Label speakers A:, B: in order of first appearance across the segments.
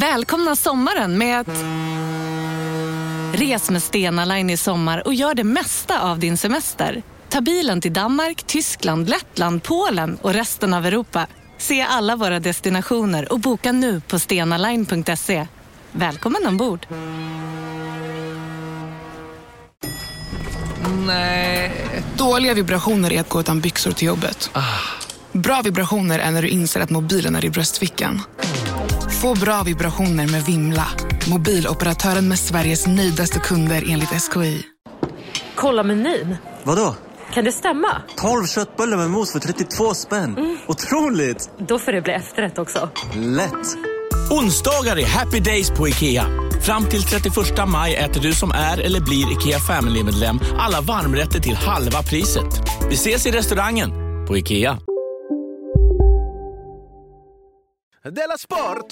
A: Välkomna sommaren med att... Res med Stena Line i sommar och gör det mesta av din semester. Ta bilen till Danmark, Tyskland, Lettland, Polen och resten av Europa. Se alla våra destinationer och boka nu på stenaline.se. Välkommen ombord!
B: Nej. Dåliga vibrationer är att gå utan byxor till jobbet. Bra vibrationer är när du inser att mobilen är i bröstfickan. Få bra vibrationer med Vimla. Mobiloperatören med Sveriges nöjdaste kunder enligt SKI.
C: Kolla menyn.
D: Vadå?
C: Kan det stämma?
D: 12 köttbullar med mos för 32 spänn. Otroligt!
C: Då får det bli efterrätt också.
D: Lätt!
E: Onsdagar är happy days på IKEA. Fram till 31 maj äter du som är eller blir IKEA Family-medlem alla varmrätter till halva priset. Vi ses i restaurangen på IKEA.
F: Della Sport!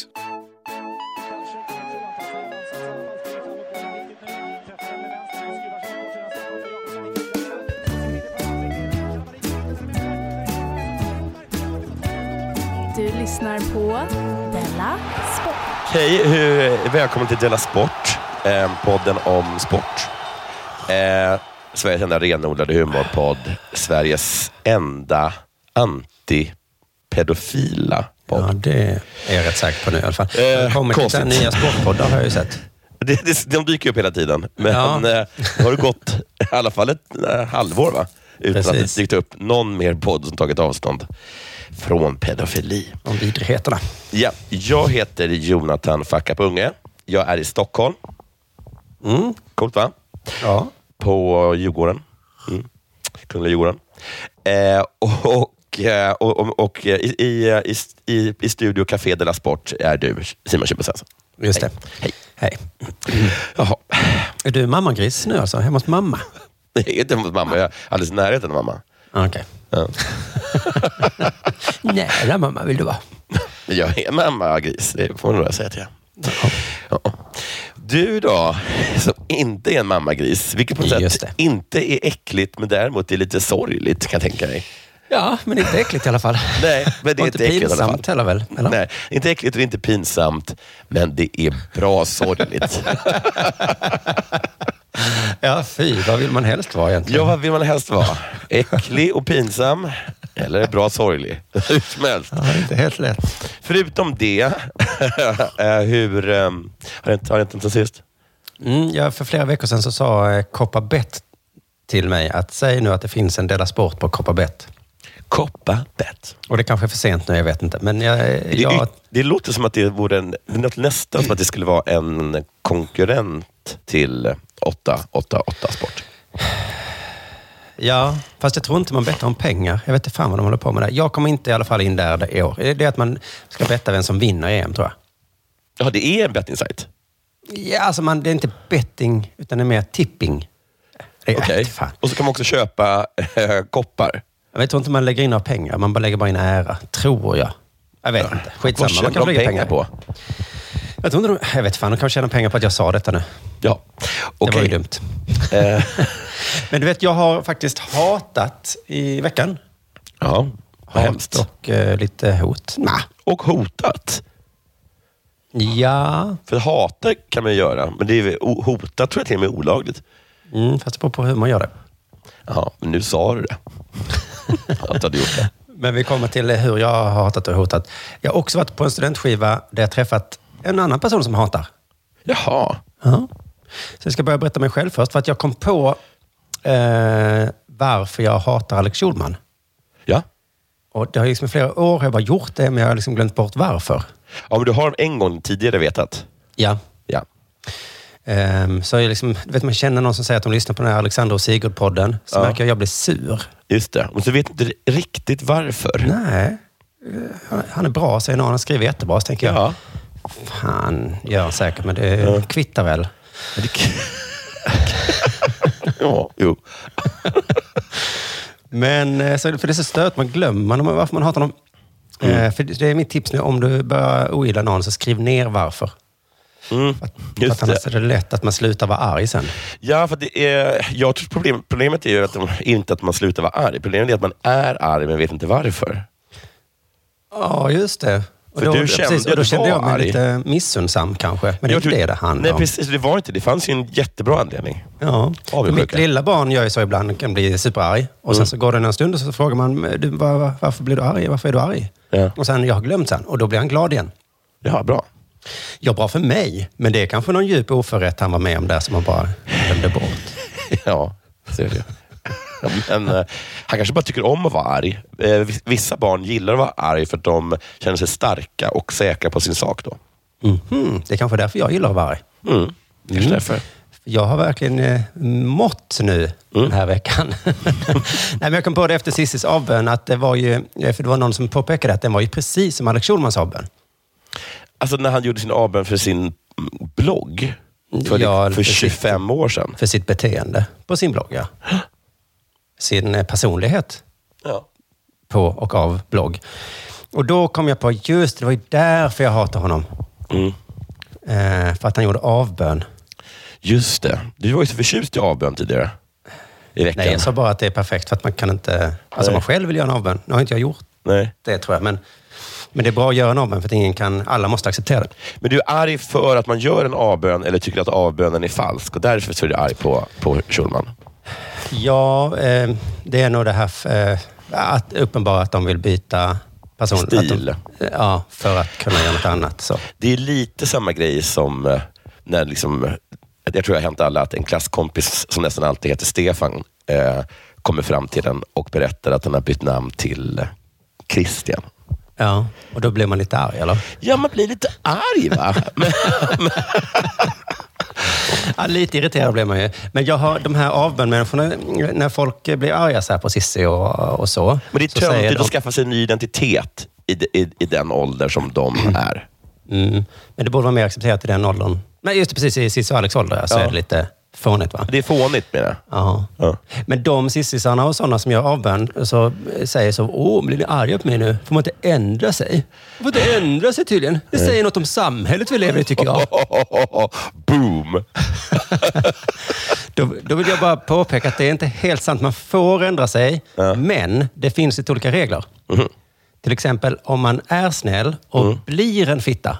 G: Du lyssnar på Della Sport.
H: Hej, hur, välkommen till Della Sport, eh, podden om sport. Eh, Sveriges enda renodlade humorpodd, Sveriges enda antipedofila
I: Ja,
H: podd.
I: det är jag rätt säker på nu i alla fall.
H: Eh,
I: Det har kommit lite
H: konstigt.
I: nya sportpoddar har jag ju sett.
H: Det, det, de dyker upp hela tiden, men
I: Ja.
H: eh, det har det gått i alla fall ett eh, halvår va? utan att
I: Precis.
H: det dykt upp någon mer podd som tagit avstånd från pedofili.
I: Om vidrigheterna.
H: Ja, jag heter Jonathan Facka Unge. Jag är i Stockholm.
I: Mm.
H: Coolt va?
I: Ja.
H: på Djurgården. Mm. Kungliga Djurgården. Eh, och, eh, och, och, och eh, i, i, i, i, i Studio Café de la Sport är du Simon Schibbye
I: Just det.
H: Hej.
I: Hej.
H: Jaha.
I: Är du mammagris nu alltså? Hemma hos mamma?
H: Jag är inte mot mamma, jag är alldeles i närheten av mamma.
I: Ah, Okej.
H: Ja.
I: Nära mamma vill du vara.
H: Men Jag är mamma gris, det får man nog säga till er. Ja. Du då, som inte är en mammagris, vilket på ett
I: Just
H: sätt
I: det.
H: inte är äckligt, men däremot är lite sorgligt kan jag tänka mig.
I: Ja, men inte äckligt i alla fall.
H: Nej, men det är
I: Och
H: inte äckligt i alla fall.
I: pinsamt heller väl? Eller?
H: Nej, inte äckligt och inte pinsamt, men det är bra sorgligt.
I: Ja, fy. Vad vill man helst vara egentligen?
H: ja, vad vill man helst vara? Äcklig och pinsam, eller bra sorglig? Hur som helst.
I: Ja, det är inte helt lätt.
H: Förutom det, eh, hur... ehm, Har det inte- har det inte hänt sen sist?
I: Mm, ja, för flera veckor sedan så sa eh, Kopparbett till mig att säg nu att det finns en Della Sport på Kopparbett.
H: Kopparbett.
I: Och det kanske är för sent nu, jag vet inte. Men jag,
H: Det,
I: jag,
H: det låter som att det vore en, något nästan som att det skulle vara en konkurrent till 888 Sport.
I: Ja, fast jag tror inte man bettar om pengar. Jag vet inte fan vad de håller på med där. Jag kommer inte i alla fall in där det- i år. Det är att man ska betta vem som vinner EM, tror jag.
H: Ja, det är en betting-sajt.
I: Ja, alltså man, det är inte betting, utan det är mer tipping. Det är-
H: Okej.
I: äh, fan.
H: Och så kan man också köpa eh, koppar.
I: Jag tror inte man lägger in några pengar. Man bara lägger bara in ära, tror jag. Jag vet inte. Skitsamma.
H: Vad tjänar
I: man
H: de
I: kanske lägger
H: pengar på?
I: pengar Jag, tror inte de, jag vet fan, de kanske tjänar pengar på att jag sa detta nu.
H: Ja,
I: Det var ju
H: okej. Eh.
I: dumt. Men du vet, jag har faktiskt hatat i veckan.
H: Ja, vad
I: Hat
H: hemskt.
I: och eh, lite hot. Nah.
H: Och hotat.
I: Ja,
H: För hata kan man ju göra, men det är, ju- o- hota tror jag till och med är olagligt.
I: Mm, fast det beror på hur man gör det.
H: Ja, men nu sa du det. Att du hade gjort det.
I: Men vi kommer till hur jag har hatat och hotat. Jag har också varit på en studentskiva där jag träffat en annan person som hatar.
H: Jaha.
I: Ja. Så jag ska börja berätta mig själv först. För att jag kom på eh, varför jag hatar Alex Schulman.
H: Ja.
I: Och det har liksom i flera år har jag bara gjort det, men jag har liksom glömt bort varför.
H: ja, men du har en gång tidigare vetat.
I: Ja.
H: Ja.
I: Ehm, så jag liksom, du vet, man känner någon som säger att de lyssnar på den här Alexander och Sigurd-podden. Så
H: Ja.
I: märker jag att jag blir sur.
H: Just det. Och så vet du inte riktigt varför.
I: Nej. Eh, han- Han är bra, säger någon. Han skriver jättebra, så tänker jag.
H: Ja.
I: Fan, gör han säkert, men det kvittar väl.
H: Men det k- ja, jo.
I: Men eh, så, för det är så stört, man glömmer man varför man hatar dem.
H: Mm.
I: Eh, För det det är mitt tips nu, om du börjar ogilla någon, så skriv ner varför.
H: Mm.
I: För att, för
H: Just
I: att annars
H: det.
I: är det lätt att man slutar vara arg sen.
H: Ja, för det är, jag tror problem, problemet är ju att de, inte att man slutar vara arg. Problemet är att man är arg men vet inte varför.
I: Ja, just det. Och
H: För
I: då,
H: du kände
I: precis, och
H: att
I: då
H: du
I: kände
H: var
I: jag mig
H: arg.
I: lite missunnsam kanske. Men det är inte det det handlar
H: Nej,
I: om.
H: precis. Det var inte det. fanns ju en jättebra anledning.
I: Ja. För
H: Avundsjuka. Mm.
I: mitt lilla barn gör ju så ibland, kan bli superarg. Och sen så går det någon stund och så frågar man, du, var, var, varför blir du arg? Varför är du arg?
H: Ja.
I: Och sen, jag har glömt sen. Och då blir han glad igen.
H: Ja, bra.
I: Ja, bra för mig. Men det är kanske någon djup oförrätt han var med om där som han bara glömde bort.
H: Ja, så är det ju. Ja, Men, eh, han kanske bara tycker om att vara arg. Eh, vis- vissa barn gillar att vara arg för att de känner sig starka och säkra på sin sak. då.
I: Mhm, Det är kanske därför jag gillar att vara arg.
H: Mm. Kanske därför.
I: Jag har verkligen eh, mått nu den här veckan. Nej, men jag kom på det efter Cissis avbön, att det var ju, eh, för det var någon som påpekade att den var ju precis som Alex Schulmans avbön.
H: Alltså när han gjorde sin avbön för sin mm, blogg för, liksom,
I: Ja,
H: för
I: precis.
H: 25 år sedan.
I: För sitt beteende på sin blogg, ja. Sin eh, personlighet
H: Ja.
I: på och av blogg. Och då kom jag på, just det var ju därför jag hatar honom.
H: Mm.
I: Eh, för att han gjorde avbön.
H: Just det. Du var ju så förtjust i avbön tidigare. I veckan.
I: Nej, alltså- jag sa bara att det är perfekt för att man kan inte... Alltså om man själv vill göra en avbön. Nu har inte jag gjort
H: Nej.
I: det tror jag, men, men det är bra att göra en avbön för att ingen kan, alla måste acceptera det.
H: Men du är arg för att man gör en avbön eller tycker att avbönen är falsk och därför så är du arg på, på Schulman.
I: Ja, eh, det är nog det här eh, att uppenbara att de vill byta person.
H: Stil.
I: Att de, ja, för att kunna göra något annat. Så.
H: Det är lite samma grej som eh, när, liksom, eh, jag tror jag har hänt alla, att en klasskompis som nästan alltid heter Stefan eh, kommer fram till den och berättar att han har bytt namn till eh, Christian.
I: Ja, och då blir man lite arg, eller?
H: Ja, man blir lite arg va? Men,
I: Ja, lite irriterad blir man ju. Men jag har de här avbönmänniskorna, när folk eh, blir arga så här på Cissi och, och så.
H: men det är
I: så säger
H: töntigt
I: de-
H: att skaffa sig en ny identitet i, de- i, i den ålder som de är.
I: Mm. Men det borde vara mer accepterat i den åldern. Men just det, precis i Cissi och Alex ålder ja, så
H: Ja.
I: är det lite fånigt va?
H: Det är fånigt menar jag.
I: Ja.
H: Ja.
I: Men de sissisarna och sådana som gör avbön så eh, säger så, åh, blir ni arga på mig nu? Får man inte ändra sig? Man får inte ändra sig tydligen. Det säger något om samhället vi lever i, tycker jag.
H: Boom!
I: Då, då vill jag bara påpeka att det är inte helt sant. Man får ändra sig, men det finns lite olika regler. Till exempel om man är snäll och blir en fitta.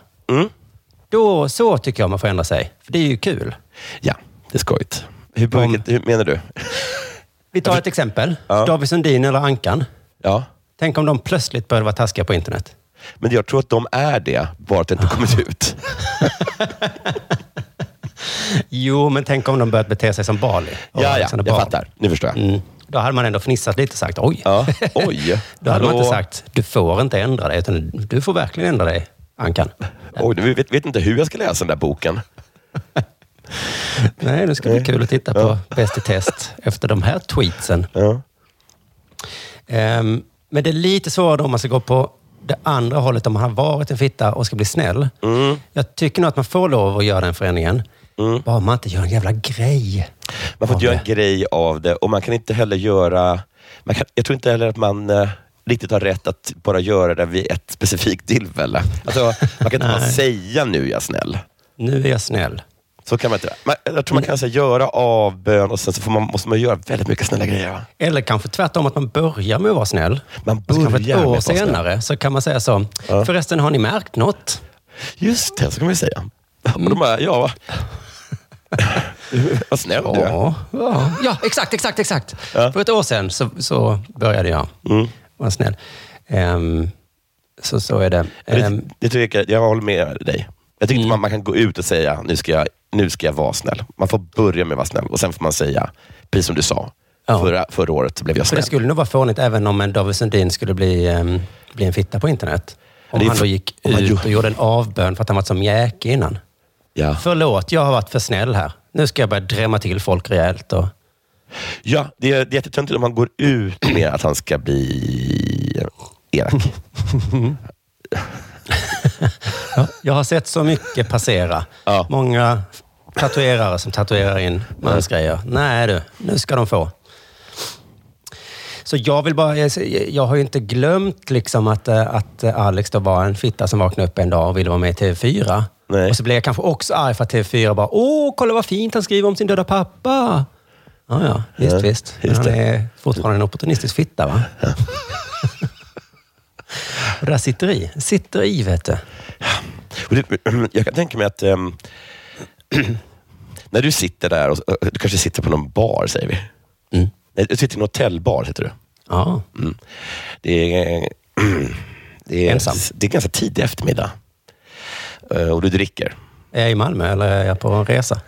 I: Då, så tycker jag man får ändra sig. För det är ju kul.
H: Ja, det är skojigt. Hur, på vilket, hur menar du?
I: Vi tar ett exempel. David Sundin eller Ankan.
H: Ja.
I: Tänk om de plötsligt började vara taskiga på internet.
H: Men jag tror att de är det, bara att det
I: Ah.
H: inte kommit ut.
I: Jo, men tänk om de börjat bete sig som Bali. och
H: Ja, ja,
I: Alexander
H: jag
I: Bard.
H: fattar. Nu förstår jag.
I: Mm. Då hade man ändå fnissat lite och sagt oj.
H: Ja. Oj.
I: Då hade man
H: Hallå?
I: inte sagt du får inte ändra dig, utan du får verkligen ändra dig, Ankan.
H: Oj, nu vet, vet inte hur jag ska läsa den där boken.
I: Nej, nu ska det bli kul att titta på Bäst i test efter de här tweetsen.
H: Ja.
I: Ehm, men det är lite svårare om man ska gå på det andra hållet, om man har varit en fitta och ska bli snäll.
H: Mm.
I: Jag tycker nog att man får lov att göra den förändringen. Bara man inte gör en jävla grej.
H: Man får inte
I: av
H: göra en grej av det och man kan inte heller göra... Man kan, jag tror inte heller att man eh, riktigt har rätt att bara göra det vid ett specifikt tillfälle. Alltså, man kan inte bara säga nu är jag snäll.
I: det. Nu är jag snäll.
H: Så kan man inte. Man, jag tror man kan så, här, göra avbön och sen så får man, måste man göra väldigt mycket snälla grejer. Va?
I: Eller kanske tvärtom, att man börjar med att vara snäll.
H: Man
I: Och så Alltså, kanske
H: börjar med
I: ett år
H: att vara snäll.
I: senare så kan man säga så. Förresten, har ni märkt något?
H: Just det, så kan man ju säga. Och de bara, ja. Vad snäll du är.
I: Ja, ja. ja exakt, exakt, exakt. För ett år sedan så, så började jag
H: Mm.
I: vara snäll. Ehm, så, så är det.
H: Det,
I: Ehm,
H: det tycker jag, jag håller med dig. Jag tycker inte man, man kan gå ut och säga, nu ska, jag, nu ska jag vara snäll. Man får börja med att vara snäll och sen får man säga, precis som du sa,
I: Ja.
H: förra, förra året så blev jag
I: för det
H: snäll.
I: skulle nog vara fånigt även om en David Sundin skulle bli, ehm, bli en fitta på internet. Om
H: Det är
I: han då
H: för-
I: gick
H: om han
I: ut
H: gjorde-
I: och gjorde en avbön för att han varit så mjäkig innan.
H: Ja.
I: Förlåt, jag har varit för snäll här. Nu ska jag börja drämma till folk rejält. Och,
H: ja, det är, det är jättetöntigt om man går ut med att han ska bli elak.
I: Ja, jag har sett så mycket passera.
H: Ja.
I: Många tatuerare som tatuerar in mansgrejer. Nej du, nu ska de få. Så jag vill bara... Jag, jag har ju inte glömt liksom att, eh, att eh, Alex då var en fitta som vaknade upp en dag och ville vara med i TV4.
H: Nej.
I: Och så blev jag kanske också arg för att TV4 bara, åh, kolla vad fint han skriver om sin döda pappa. Ja, ja, visst,
H: Ja,
I: visst. Men
H: just
I: han
H: det.
I: är fortfarande en opportunistisk fitta, va? Och där sitter i. Sitter i, vet du.
H: Och det, jag kan tänka mig att ehm, när du sitter där, och, du kanske sitter på någon bar, säger vi.
I: Mm.
H: Nej, du Eh, sitter i en hotellbar, sitter du.
I: Ja.
H: Mm. Det, är, det, är,
I: Ensam.
H: det är ganska tidig eftermiddag. Eh, Och du dricker.
I: Är jag i Malmö eller är jag på en resa?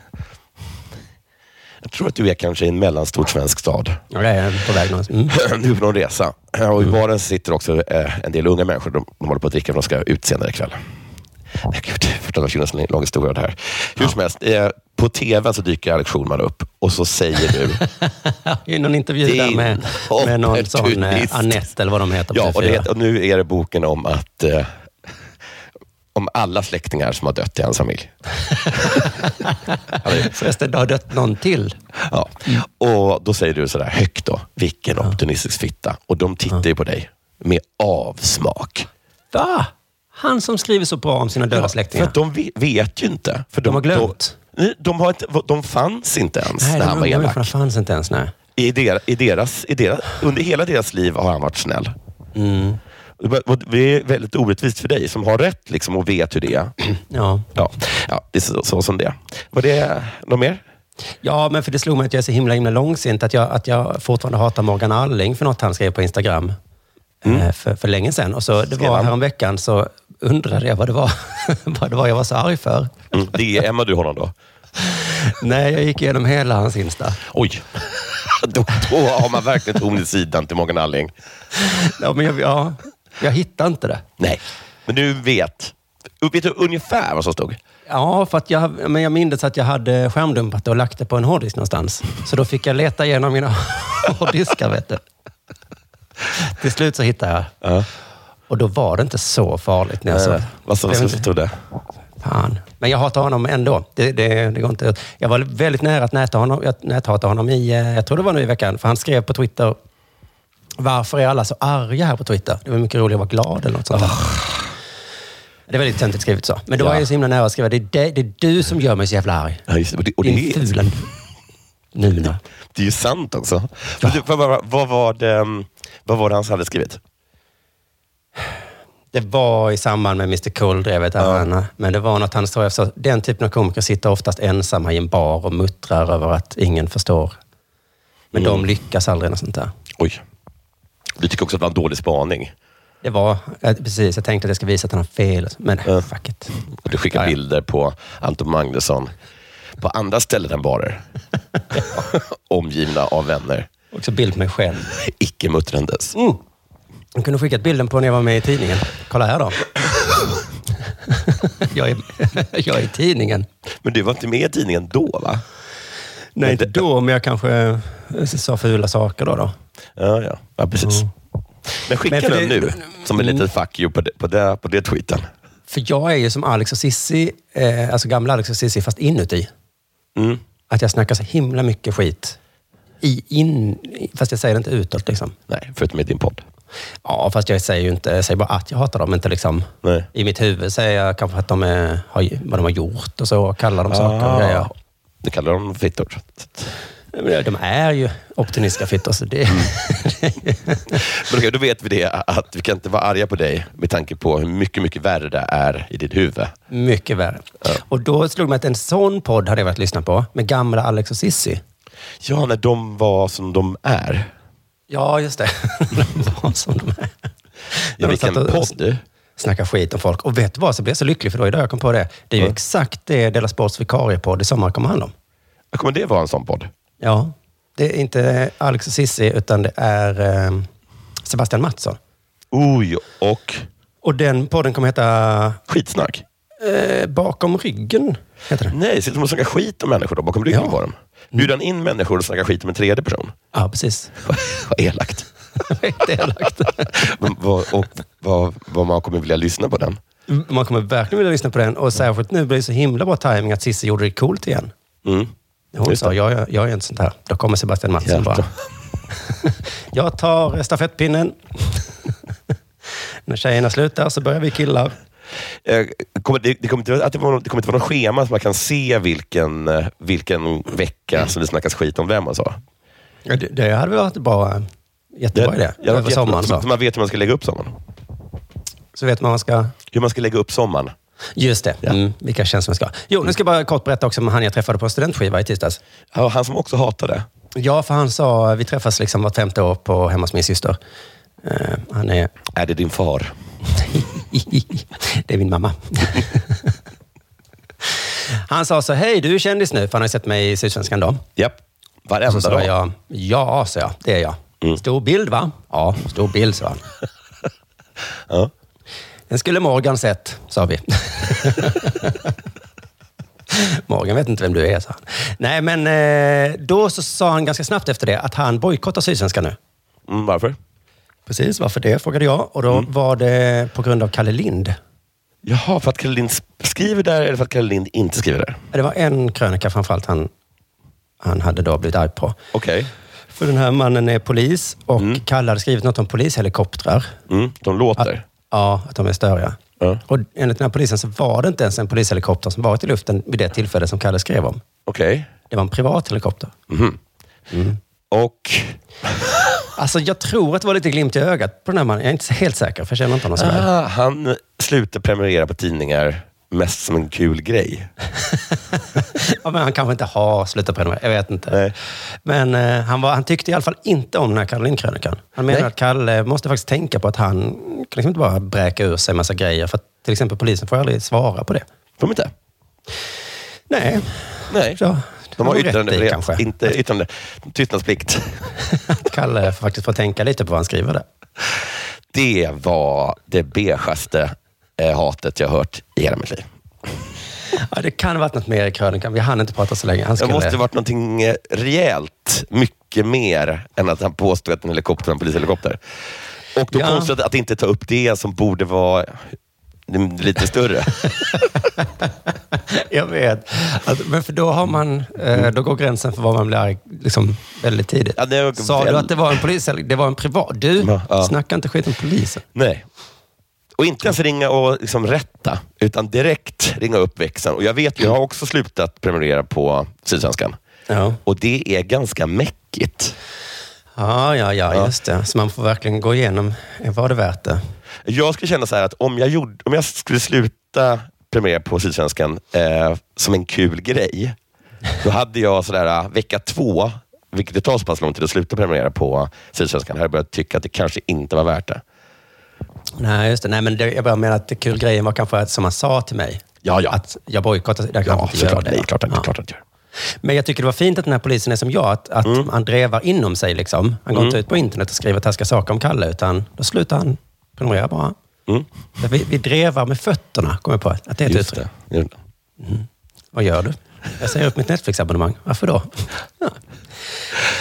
H: Jag tror att du är kanske i en mellanstor svensk stad.
I: Ja, Jag är på väg någonstans. Mm.
H: Du är på någon resa. Och I baren sitter också eh, en del unga människor. De, de håller på att dricka för de ska ut senare ikväll. Nej, gud, förstår att det finns en lång historia av det här. Hur som helst, eh, på tvn så dyker Alex Schulman upp och så säger du...
I: I någon intervju
H: Din
I: där med, med någon sån
H: opportunist.
I: eh, Anette eller vad de heter på
H: ja, och,
I: TV4.
H: det, heter- och nu är det boken om att... Eh, om alla släktingar som har dött i hans familj.
I: Förresten, det har dött någon till.
H: Ja. Och då säger du sådär högt då, vilken opportunistisk fitta. Och de tittar ju på dig med avsmak.
I: Va? Han som skriver så bra om sina döda
H: För
I: släktingar.
H: att de ve- vet ju inte. För de,
I: har glömt.
H: De, nej, de, har inte, de fanns inte ens
I: Nej,
H: när han var
I: de unga människorna
H: elak.
I: fanns inte ens. Nej.
H: I der, i deras, i deras, under hela deras liv har han varit snäll.
I: Mm.
H: Och Det är väldigt orättvist för dig som har rätt liksom, och vet hur det är.
I: Ja.
H: Ja, ja det är så, så som det är. Var det något mer?
I: ja, men för det slog mig att jag är så himla, himla långsint. Att jag, att jag fortfarande hatar Morgan Alling för något han skrev på Instagram eh, för, för länge sedan. Och så, det
H: Mm. Skrev
I: var
H: han?
I: häromveckan så undrade jag vad det var, vad det var jag var så arg för.
H: Mm, DMar du honom då?
I: Nej, jag gick igenom hela hans Insta.
H: Oj! då, då har man verkligen torn i sidan till Morgan Alling.
I: Ja, men jag, ja, jag hittade inte det.
H: Nej, men du vet. Vet du ungefär vad som stod?
I: Ja, för att jag, men jag mindes att jag hade skärmdumpat det och lagt det på en hårddisk någonstans. Så då fick jag leta igenom mina hårddiskar, vet du. Till slut så hittade jag. Och då var det inte så farligt när jag såg
H: Eh, Vad som,
I: Jag
H: vad
I: vet
H: som
I: inte.
H: stod det?
I: Fan. Men jag hatar honom ändå. Det, det, det går inte. ut. Jag var väldigt nära att näta honom, jag näthata honom i, eh, jag tror det var nu i veckan, för han skrev på Twitter varför är alla så arga här på Twitter? Det var mycket roligare att vara glad eller något sånt där. Det är väldigt töntigt skrivet så. Men då
H: Ja.
I: var jag så himla nära att skriva, det är, det, det är du som gör mig så jävla arg.
H: Ja, just det. Och det, och
I: Din
H: det, är,
I: fula nuna.
H: det är ju sant också. Men du, vad, vad, vad, var det, mm, vad var det han hade skrivit?
I: Det var i samband med Mr Cool drev ett ärende. Men det var något han sa efter. Den typen av komiker sitter oftast ensamma i en bar och muttrar över att ingen förstår. Men de lyckas aldrig något sånt där.
H: Oj. Du tycker också att det var en dålig spaning.
I: Det var, eh, precis, jag tänkte att jag ska visa att han har fel. Men fuck it.
H: Och du skickar
I: Ja, ja.
H: bilder på Anton Magnusson på andra ställen än barer. Omgivna av vänner.
I: Också bild på mig själv.
H: Icke muttrandes.
I: De kunde skickat bilden på när jag var med i tidningen. Kolla här då. jag, är, jag är i tidningen.
H: Men du var inte med i tidningen då, va?
I: Nej, inte då, men jag kanske eh, sa fula saker då. då.
H: Ja, ja. ja precis. Men skicka
I: Mm. Men för
H: den
I: det-
H: nu, som en
I: Mm.
H: liten fuck you på, det, på, det, på det tweeten.
I: För jag är ju som Alex och Sissi, eh, alltså gamla Alex och Sissi, fast inuti.
H: Mm.
I: Att jag snackar så himla mycket skit. I, in, i- fast jag säger det inte utåt liksom.
H: Nej, förutom i din podd.
I: Ja, fast jag säger ju inte, jag säger bara att jag hatar dem, inte liksom.
H: Nej.
I: I mitt huvud säger jag kanske att de är, har, vad de har gjort och så, kallar de saker
H: Ah.
I: och grejer.
H: Du kallar dem fittor.
I: Men De är ju optimistiska fittor, så det...
H: Men okej, då vet vi det, att vi kan inte vara arga på dig med tanke på hur mycket, mycket värre det är i ditt huvud.
I: Mycket värre. Och då slog det mig att en sån podd hade jag velat lyssna på, med gamla Alex och Sissi.
H: Ja, när de var som de är.
I: Ja, just det. de var som de är.
H: Ja,
I: När de
H: vilken
I: satt och
H: podd du.
I: Snackar skit om folk. Och vet du vad, så blev jag så lycklig för då idag jag kom på det. Det är ju exakt det Della Sports vikariepodd i sommar kommer handla om.
H: Kommer det vara en sån podd?
I: Ja. Det är inte Alex och Sissi, utan det är eh, Sebastian Mattsson.
H: Oj, och
I: Och den podden kommer heta
H: skitsnack.
I: eh, Bakom ryggen. Heter den.
H: Nej, sitter de och snackar skit om människor då, bakom ryggen
I: Ja.
H: på dem? Bjuder han in människor och snackar skit om en tredje person?
I: Ja, precis.
H: Vad elakt.
I: Helt elakt.
H: Men vad- och vad, vad man kommer vilja lyssna på den.
I: Man kommer verkligen vilja lyssna på den. Och särskilt nu blir det så himla bra timing att Sissi gjorde det coolt igen.
H: Mm.
I: Hon
H: Just
I: sa, jag, jag, jag är inte sånt här. Då kommer Sebastian Mattsson
H: Hjältar.
I: bara. jag tar stafettpinnen. När tjejerna slutar så börjar vi killar.
H: Eh, Kommer, det, det, kommer inte, att det, var, någon- det kommer inte vara något schema så man kan se vilken, eh, vilken vecka som det snackas skit om vem alltså? och så.
I: Ja, Det, det hade väl varit bra. eh,
H: Det,
I: Jättebra idé.
H: ja, det
I: Över
H: vet-
I: sommaren
H: så.
I: så.
H: man vet hur man ska lägga upp sommaren.
I: Så vet man vad man ska...
H: Hur man ska lägga upp sommaren.
I: Just det, mm, vilka känslor man ska ha. Jo, nu ska jag bara kort berätta också om han jag träffade på studentskiva i tisdags.
H: Ja, Han som också hatar det.
I: Ja, för han sa, vi träffas liksom vart femte år på, hemma hos min syster. Eh, han är...
H: Är det din far?
I: det är min mamma. han sa så, hej du är kändis nu, för han har ju sett mig i Sydsvenskan då.
H: Japp. Varenda
I: Så sa
H: dag.
I: jag, ja, sa jag, det är jag. Stor bild va? Mm. Ja, stor bild, sa han.
H: Ja.
I: Den skulle Morgan sett, sa vi. Morgan vet inte vem du är, sa han. Nej, men eh, då så sa han ganska snabbt efter det att han bojkottar Sydsvenskan nu.
H: Mm, varför?
I: Precis, varför det? frågade jag. Och då var det på grund av Kalle Lind.
H: Jaha, för att Kalle Lind skriver där eller för att Kalle Lind inte skriver där?
I: Det var en krönika framförallt han, han hade då blivit arg på.
H: Okej.
I: För den här mannen är polis och Kalle hade skrivit något om polishelikoptrar.
H: Mm, de
I: Att,
H: låter.
I: ja, att de är störiga.
H: Ja.
I: Och enligt den här polisen så var det inte ens en polishelikopter som varit i luften vid det tillfälle som Kalle skrev om.
H: Okej.
I: Det var en privat helikopter.
H: Och...
I: Alltså jag tror att det var lite glimt i ögat på den här mannen. Jag är inte så helt säker, för jag känner inte honom så väl.
H: Ah, han slutar prenumerera på tidningar mest som en kul grej.
I: Ja, men han kanske inte har slutat prenumerera, jag vet inte.
H: Nej.
I: Men eh, han, var, han tyckte i alla fall inte om den här Caroline-krönikan. Han menar
H: Nej.
I: att Kalle måste faktiskt tänka på att han kan liksom inte bara bräka ur sig en massa grejer. För att till exempel polisen får aldrig svara på det.
H: Får de inte?
I: Nej,
H: Nej.
I: Ja,
H: de har
I: han har rätt i,
H: yttrandefrihet.
I: kanske.
H: Inte yttrande. Tystnadsplikt.
I: att Kalle faktiskt får tänka lite på vad han skriver där.
H: Det var det beigaste eh, hatet jag hört i hela mitt liv.
I: Ja, det kan ha varit något mer i krönikan. Vi hann inte prata så länge. Han
H: Det
I: skulle...
H: måste varit någonting eh, rejält mycket mer än att han påstod att en helikopter var en polishelikopter. Och då
I: Ja.
H: konstigt att inte ta upp det som borde vara lite större.
I: Jag vet. Att, men för då, har man, eh, då går gränsen för vad man blir arg liksom, väldigt tidigt.
H: Ja, det var-
I: Sa du att det var en polis? eller- Det var en privat... Du,
H: Ja, ja.
I: snacka inte skit om polisen.
H: Nej. Och inte ens ringa och liksom rätta, utan direkt ringa upp växeln. Och jag vet, jag har också slutat prenumerera på Sydsvenskan.
I: Ja.
H: Och det är ganska mäckigt.
I: Ja, ja, ja, just det. Så man får verkligen gå igenom, eh, var det värt det?
H: Jag skulle känna så här att om jag, gjorde, om jag skulle sluta prenumerera på Sydsvenskan eh, som en kul grej, då hade jag sådär, eh, vecka två, vilket det tar så pass lång tid att sluta prenumerera på Sydsvenskan, hade jag börjat tycka att det kanske inte var värt det.
I: Nej, just det. Nej, men det, jag bara menar att det kul grejen var kanske att, som han sa till mig.
H: Ja, ja.
I: Att jag bojkottar. Jag kanske
H: Ja,
I: inte gör
H: såklart.
I: det.
H: Nej, klart att
I: Ja.
H: klart att jag gör.
I: Men jag tycker det var fint att den här polisen är som jag, att, att
H: Mm.
I: han drevar inom sig. Liksom. Han går inte ut på internet och skriver taskiga saker om Kalle, utan då slutar han prenumerera bara. För Vi, vi drevar med fötterna, kom jag på att det är ett
H: Mm. Just
I: uttryck.
H: det. Just det.
I: Vad gör du? Jag säger upp mitt Netflix-abonnemang. Varför då? Ja.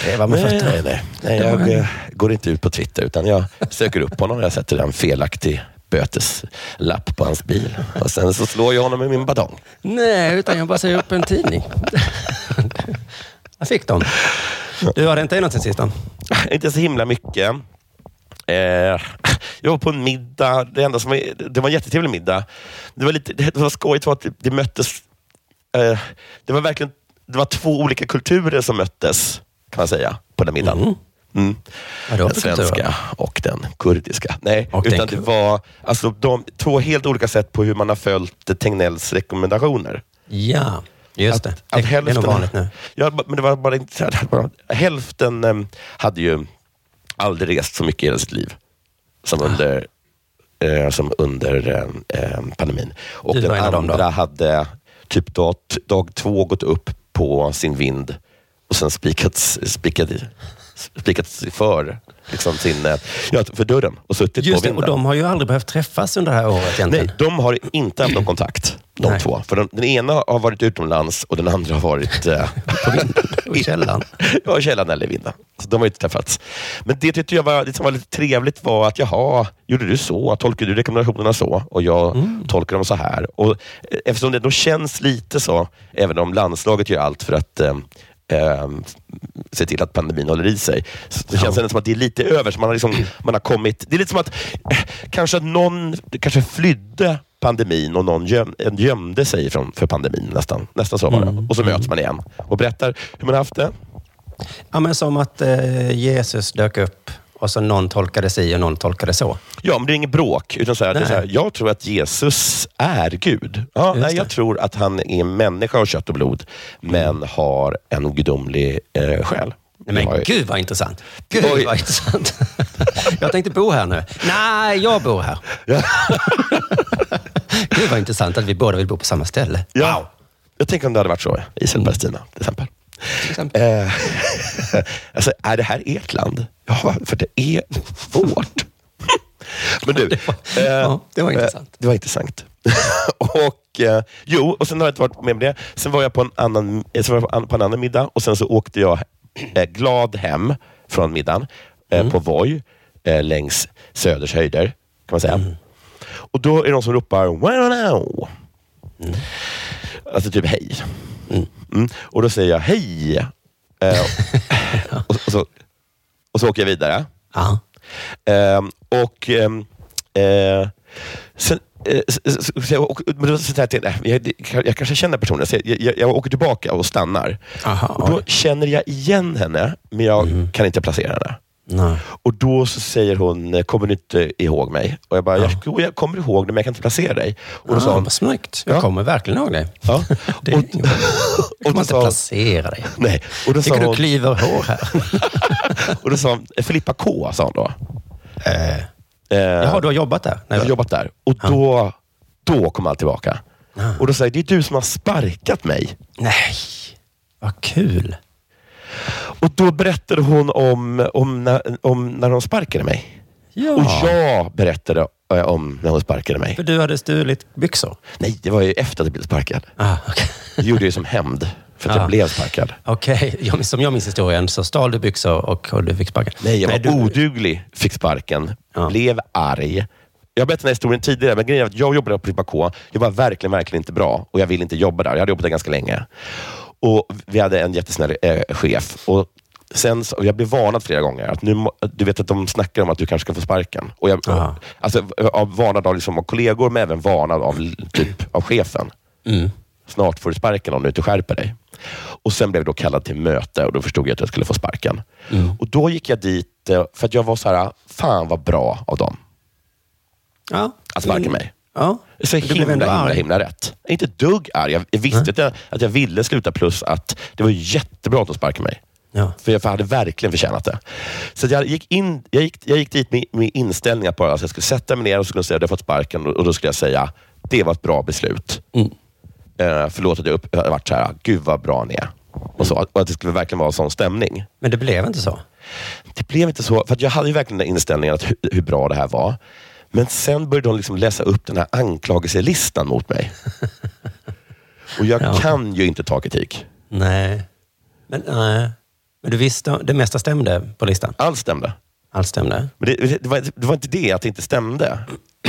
I: Drevar med fötterna.
H: Nej, nej, nej. Jag eh, går inte ut på Twitter, utan jag söker upp honom och jag sätter en felaktig böteslapp på hans bil. Och sen så slår jag honom med min batong.
I: Nej, utan jag bara säger upp en tidning. jag fick dem. Du, har det inte hänt något sen sist då?
H: Inte så himla mycket. Eh, jag var på en middag. Det, enda som var, det var en jättetrevlig middag. Det var, lite, det var skojigt var att det, det möttes... Eh, det var verkligen det var två olika kulturer som möttes, kan man säga, på den middagen. Mm.
I: Vadå
H: den
I: för kultur?
H: svenska och den kurdiska. Nej,
I: Och den
H: utan det
I: kur-
H: var alltså, de, två helt olika sätt på hur man har följt Tegnells rekommendationer.
I: Ja, just det.
H: Att
I: det, det är nog vanligt nu.
H: Ja, b- men det var bara intressant. att bara- Hälften em, hade ju aldrig rest så mycket i hela sitt liv som
I: Ah.
H: under, eh, som under em, em, pandemin. Och
I: Du
H: den
I: var en av dem då?
H: andra hade typ dag, t- dag två gått upp på sin vind och sen spikat, spikat, i- spikat sig för, liksom sin, eh, ja, för dörren och suttit på
I: Just det,
H: vinden.
I: och de har ju aldrig behövt träffas under det här året egentligen.
H: Nej, de har inte haft någon kontakt, de
I: Nej.
H: två. För den, den ena har varit utomlands och den andra har varit... Eh,
I: På vinden och i källaren.
H: ja, i källaren eller i vinden. Så de har inte träffats. Men det tyckte jag var, det som var lite trevligt var att, jaha, gjorde du så? Tolkar du rekommendationerna så? Och jag tolkar dem så här. Och eh, eftersom det då känns lite så, även om landslaget gör allt för att eh, eh, se till att pandemin håller i sig. Så det känns ändå som att det är lite över. Så man, har liksom, man har kommit... Det är lite som att eh, kanske att någon kanske flydde pandemin och någon göm, en gömde sig från, för pandemin nästan. Nästan så var det. Och så möts man igen och berättar hur man har haft det.
I: Ja, men som att eh, Jesus dök upp och så någon tolkade si och någon tolkade så.
H: Ja, men det är inget bråk. Utan så här, det är
I: Nej.
H: så här, jag tror att Jesus är Gud. Ja,
I: Just
H: nej, jag
I: det.
H: tror att han är människa av kött och blod, men har en gudomlig eh, själ.
I: Nej, men
H: Jag är-
I: gud vad intressant. Gud
H: Oj.
I: vad intressant. jag tänkte bo här nu. Nej, jag bor här. gud vad intressant att vi båda vill bo på samma ställe.
H: Ja. Jag tänker om det hade varit så i Palestina till exempel.
I: Till exempel.
H: Eh, alltså, är det här ert land? Ja, för det är vårt. Men du. eh,
I: Det var- ja, det var intressant.
H: det var intressant. och, eh, jo, och sen har jag inte varit med om det. Sen var jag på en annan, eh, sen var jag på an- på en annan middag och sen så åkte jag eh, glad hem från middagen eh,
I: Mm.
H: på Voi eh, längs Söders höjder, kan man säga.
I: Mm.
H: Och då är det någon som ropar wow, now.
I: Mm.
H: Alltså typ hej. Mm. Och då säger jag hej. Eh, och, och, så, och så åker jag vidare.
I: Ja.
H: Ehm, och ehm, eh, sen, eh, s- s- så jag, åker- men då säger jag till nej, jag, jag, jag kanske känner personen, så jag, jag, jag åker tillbaka och stannar.
I: Aha, Mm.
H: och då känner jag igen henne, men jag kan inte placera henne.
I: Nej.
H: Och då så säger hon, kommer du inte ihåg mig? Och jag bara, jag, jo, jag kommer ihåg dig, men jag kan inte placera dig. Och då
I: Ah,
H: sa hon,
I: vad snyggt. Jag
H: Ja.
I: kommer verkligen ihåg dig.
H: Ja.
I: Det är
H: Och-
I: ingen problem.
H: och
I: Jag
H: då
I: kommer inte
H: sa-
I: placera dig.
H: nej. Och då sa
I: Tycker du
H: hon,
I: kliver hår här?
H: och då sa hon, Filippa K sa hon då.
I: Eh,
H: Eh,
I: Jaha, du har jobbat där? Nej,
H: Jag har
I: va?
H: jobbat där. Och då, då kom allt tillbaka. Och då säger jag, det är du som har sparkat mig.
I: Nej, vad kul.
H: Och då berättade hon om, om, när, om när hon sparkade mig.
I: Ja.
H: Och jag berättade eh, om när hon sparkade mig.
I: Ah. För du hade stulit byxor?
H: Nej, det var ju efter att jag blev sparkad.
I: Ah, Okej,
H: Det gjorde jag ju som hämnd för att
I: Ja.
H: jag blev sparkad.
I: Okej, jag- som jag minns historien så stal du byxor och, och du fick sparken.
H: Nej, jag var
I: du,
H: oduglig, fick sparken,
I: Ja.
H: blev arg. Jag har berättat den här historien tidigare, men grejen är att jag jobbade på Filippa K. Jag var verkligen, verkligen inte bra och jag ville inte jobba där. Jag hade jobbat där ganska länge. Och Vi hade en jättesnäll eh, chef. Och sen, så- och jag blev varnad flera gånger. Att nu, må- du vet att de snackar om att du kanske ska få sparken. Och jag,
I: Aha.
H: alltså, av, varnad av, liksom, av kollegor, men även varnad av, l- typ, av chefen. Mm. Snart får du sparken om du inte skärper dig. Och Sen blev jag då kallad till möte och då förstod jag att jag skulle få sparken. Och Då gick jag dit eh, för att jag var så här, fan vad bra av dem
I: ja.
H: att sparka mig.
I: Ja.
H: Så
I: Du blev
H: himla,
I: ändå
H: himla,
I: arg.
H: himla rätt. Jag är inte ett dugg arg. Jag jag visste att jag, att jag ville sluta plus att det var jättebra att de sparkade mig.
I: Ja.
H: För jag hade verkligen förtjänat det. Så att jag, gick in, jag, gick, jag gick dit med, med inställningen att bara, alltså jag skulle sätta mig ner och så skulle jag säga att jag fått sparken och, och då skulle jag säga, det var ett bra beslut. Eh, förlåt att jag upp, jag har varit så här, gud vad bra ni är. Och, så, och att det skulle verkligen vara en sån stämning.
I: Men det blev inte så.
H: Det blev inte så, för att jag hade ju verkligen den inställningen att hur, hur bra det här var. Men sen började de liksom läsa upp den här anklagelselistan mot mig. Och jag
I: Ja.
H: kan ju inte ta kritik.
I: Nej. Men, nej. Men du visste, det mesta stämde på listan?
H: Allt stämde.
I: Allt stämde?
H: Men det, det, var, det var inte det att det inte stämde.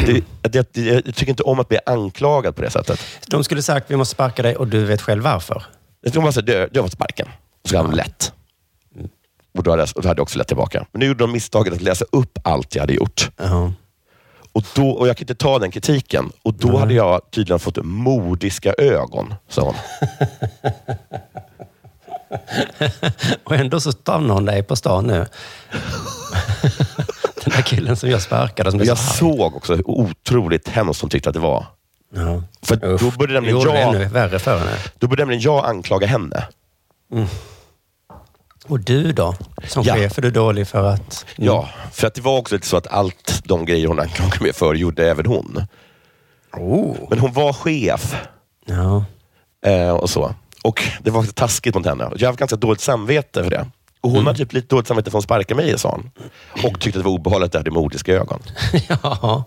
H: Det, att jag, det, jag tycker inte om att bli anklagad på det sättet.
I: De skulle sagt vi måste sparka dig och du vet själv varför.
H: Jag tror man säger, du, du har fått sparken. Och så hade de lätt. Och då hade, jag, och då hade jag också lätt tillbaka. Men nu gjorde de misstaget att läsa upp allt jag hade gjort.
I: Ja.
H: Och, då, och jag kunde inte ta den kritiken. Och då hade jag tydligen fått mordiska ögon, sa hon.
I: Och ändå så stannar hon dig på stan nu. Den där killen som jag sparkade som
H: Men
I: blev
H: jag
I: så arg.
H: såg också hur otroligt hemskt hon tyckte att det var.
I: Ja.
H: För då började
I: det
H: nämligen
I: gjorde det
H: jag-
I: ännu värre för henne.
H: Då började nämligen jag anklaga henne.
I: Och du då? Som
H: Ja.
I: chef är du dålig för att...
H: Ja, för att det var också lite så att allt de grejer hon anklagade mig för gjorde även hon.
I: Oh.
H: Men hon var chef
I: Ja.
H: eh, och så. Och Det var taskigt mot henne. Jag hade ganska dåligt samvete för det. Och Hon hade typ lite dåligt samvete för att hon sparkade mig, sa hon. Och tyckte att det var obehagligt att jag hade mordiska ögon.
I: ja.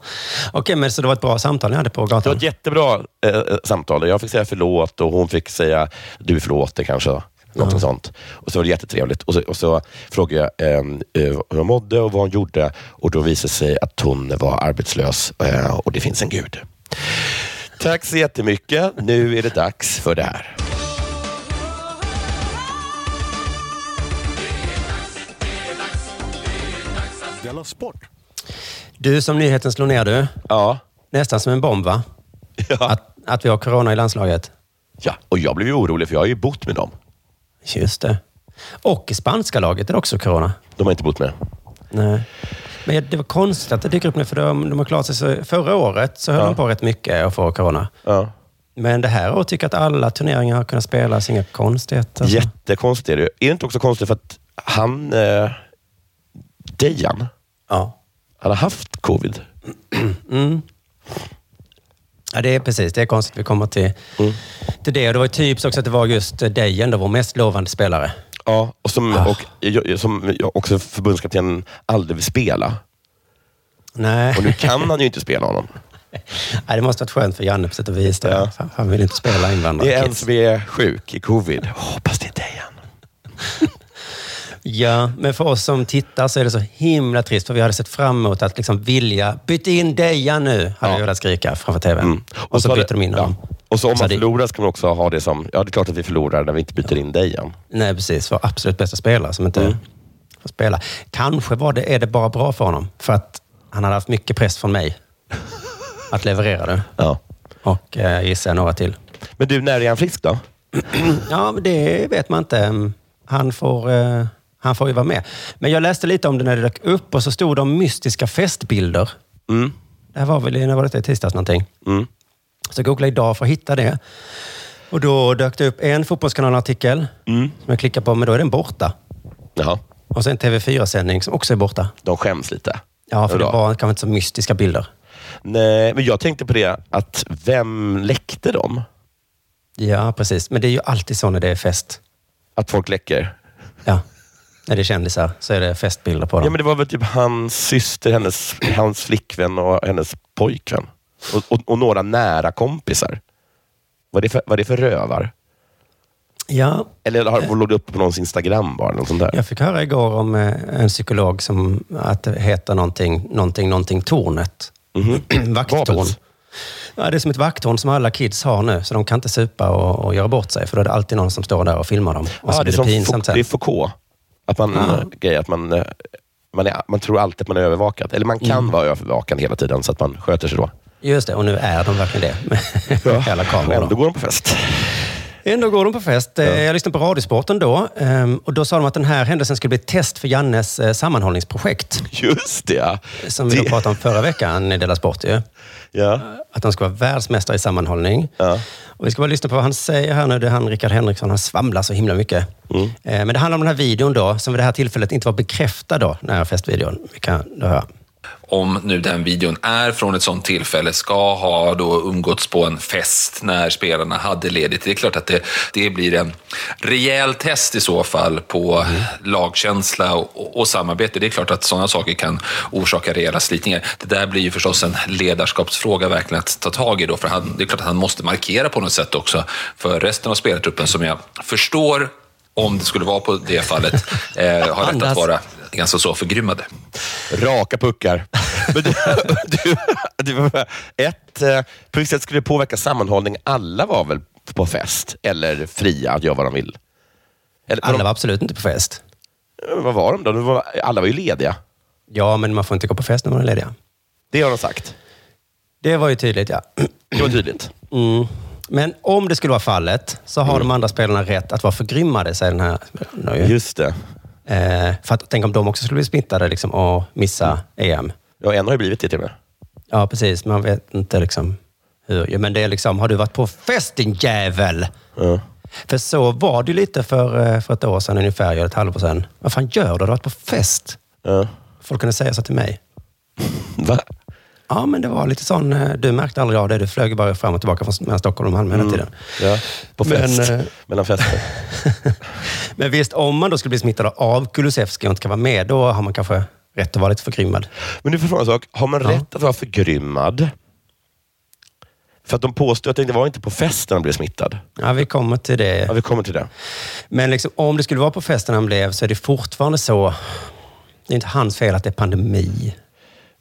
I: Okej, men så det var ett bra samtal ni hade på
H: Det var
I: gatan?
H: ett jättebra eh, samtal. Jag fick säga förlåt och hon fick säga du förlåter kanske. Någonting sånt. Och så var det jättetrevligt. Och så, och så frågade jag eh, eh, hur hon mådde och vad hon gjorde. Och då visade det sig att hon var arbetslös eh, och det finns en gud. Tack så jättemycket. Nu är det dags för det här.
F: Della Sport!
I: Du, som nyheten slog ner du.
H: Ja.
I: Nästan som en bomb, va?
H: Ja.
I: Att, att vi har corona i landslaget.
H: ja. Och jag blev ju orolig för jag har ju bott med dem.
I: Just det. Och i spanska laget är det också corona.
H: De har inte bott med.
I: Nej. Men jag- det var konstigt att det dyker upp nu, för de, de har klarat sig. Så, förra året så höll de på rätt mycket att få corona.
H: Ja.
I: Men det här året tycker jag att alla turneringar har kunnat spelas, inga konstigheter.
H: Jättekonstigt är det ju. Är det inte också konstigt för att han, eh, Dejan,
I: Ja.
H: han har haft covid.
I: ja, det är precis. Det är konstigt. Vi kommer till,
H: Mm.
I: till det. Och det var ju typiskt också att det var just eh, Dejan, då, vår mest lovande spelare.
H: Ja, och som,
I: Ah.
H: och, jag- som jag också förbundskaptenen aldrig vill spela.
I: Nej.
H: Och nu kan han ju inte spela honom.
I: Nej, det måste varit skönt för Janne på sätt och vis. då.
H: Ja.
I: Fan, Han vill inte spela
H: Det är en
I: invandrarkids.
H: som är sjuk i covid. Jag hoppas det är Dejan.
I: Ja, men för oss som tittar så är det så himla trist, för vi hade sett fram emot att liksom vilja byt in Dejan nu, hade
H: Ja. Mm.
I: vi velat skrika framför TVn. Mm. Och, så,
H: har
I: byter
H: det-
I: de in honom.
H: ja. Och så om man
I: hade-
H: förlorar ska man också ha det som, ja det är klart att vi förlorar när vi inte byter in Dejan.
I: Nej, precis. Vår absolut bästa spelare som inte får spela. Kanske var det, är det bara bra för honom, för att han hade haft mycket press från mig att leverera nu.
H: Ja.
I: Och eh, gissar jag några till.
H: Men du, när är han frisk då?
I: Ja, men det vet man inte. Han får, eh, han får ju vara med. Men jag läste lite om det när det dök upp och så stod det om mystiska festbilder.
H: Mm.
I: Det här var väl i- när var det i tisdags någonting.
H: Mm.
I: Så jag googlade idag för att hitta det. Och då dök det upp en fotbollskanalartikel som jag klickade på, men då är den borta.
H: Jaha.
I: Och sen TV4-sändning som också är borta.
H: De skäms lite.
I: Ja, för det
H: Bra.
I: var kanske inte så mystiska bilder.
H: Nej, men jag tänkte på det att vem läckte dem?
I: Ja, precis. Men det är ju alltid så när det är fest.
H: Att folk läcker?
I: Ja. När det är kändisar så är det festbilder på dem.
H: Ja, men det var väl typ hans syster, hennes, hans flickvän och hennes pojkvän. Och, och, och några nära kompisar. Vad är det för, vad är det för rövar?
I: ja,
H: Eller har, låg det uppe på någons Instagram bara? eller Något sånt där.
I: Jag fick höra igår om eh, en psykolog som att det heter någonting, någonting, någonting tornet.
H: Mhm.
I: Vakttorn.
H: Babels.
I: Ja, det är som ett vakttorn som alla kids har nu, så de kan inte supa och, och göra bort sig, för då är det alltid någon som står där och filmar dem. Och
H: Ja,
I: så
H: Ah, det är
I: blir det
H: som
I: pinsamt
H: Fou- det är
I: sen.
H: Foucault. Att man, eh, grej, att man, eh, man, är, man tror alltid att man är övervakad. Eller man kan vara övervakad hela tiden så att man sköter sig då.
I: Just det, och nu är de verkligen det. Med alla kameror.
H: Ändå
I: Då.
H: går de på fest.
I: Ändå går de på fest. Eh, Jag lyssnade på Radiosporten då ehm, och då sa de att den här händelsen skulle bli ett test för Jannes eh, sammanhållningsprojekt.
H: Just det, ja.
I: Som vi då
H: Det-
I: pratade om förra veckan i Della Sport ju.
H: ja.
I: att han ska vara världsmästare i sammanhållning.
H: Ja.
I: Och vi ska bara lyssna på vad han säger här nu. Det är han, Rickard Henriksson, han svamlar så himla mycket.
H: Mm.
I: Eh, Men det handlar om den här videon då, som vid det här tillfället inte var bekräftad då, den här festvideon. Vi kan då höra.
J: om nu den videon är från ett sånt tillfälle, ska ha då umgåtts på en fest när spelarna hade ledigt. Det är klart att det, det blir en rejäl test i så fall på lagkänsla och, och, och samarbete. Det är klart att sådana saker kan orsaka rejäla slitningar. Det där blir ju förstås en ledarskapsfråga verkligen att ta tag i då, för han, det är klart att han måste markera på något sätt också för resten av spelartruppen som jag förstår om det skulle vara på det fallet, eh, har rätt
I: Andas.
J: att vara ganska så förgrymmade.
H: Raka puckar. Men du, du, det var ett, eh, på vilket sätt skulle det påverka sammanhållning? Alla var väl på fest eller fria att göra vad de vill? Eller,
I: Alla
H: var
I: var absolut inte på fest.
H: de, vad var de då? De var, alla var ju lediga.
I: Ja, men man får inte gå på fest när man är lediga.
H: Det har de sagt.
I: Det var ju tydligt, ja.
H: Det var tydligt.
I: Mm. Men om det skulle vara fallet så har de andra spelarna rätt att vara förgrymmade, säger den här spelaren ju.
H: Just det.
I: Eh, för att tänk om de också skulle bli smittade liksom, och missa EM.
H: Ja, en har ju blivit det till och med.
I: Ja, precis. Man vet inte liksom hur. Ja, men det är liksom, har du varit på fest din jävel?
H: Ja.
I: För så var det ju lite för, eh, för ett år sedan ungefär, eller ett halvår sedan. Vad fan gör du? Har du varit på fest?
H: Ja.
I: Folk kunde säga så till mig.
H: Va?
I: Ja, men det var lite sån, eh, du märkte aldrig av det. Du flög ju bara fram och tillbaka från mellan Stockholm och Malmö hela tiden.
H: Ja, på fest.
I: Men, eh,
H: Mellan fester.
I: Men visst, om man då skulle bli smittad av Kulusevski och inte kan vara med, då har man kanske rätt att vara lite förgrymmad.
H: Men du får jag fråga en sak. Har man rätt att vara förgrymmad? För att de påstår att det inte var inte på festen han blev smittad.
I: Ja, vi kommer till det.
H: Ja, vi kommer till det.
I: Men liksom, om det skulle vara på festen han blev så är det fortfarande så. Det är inte hans fel att det är pandemi.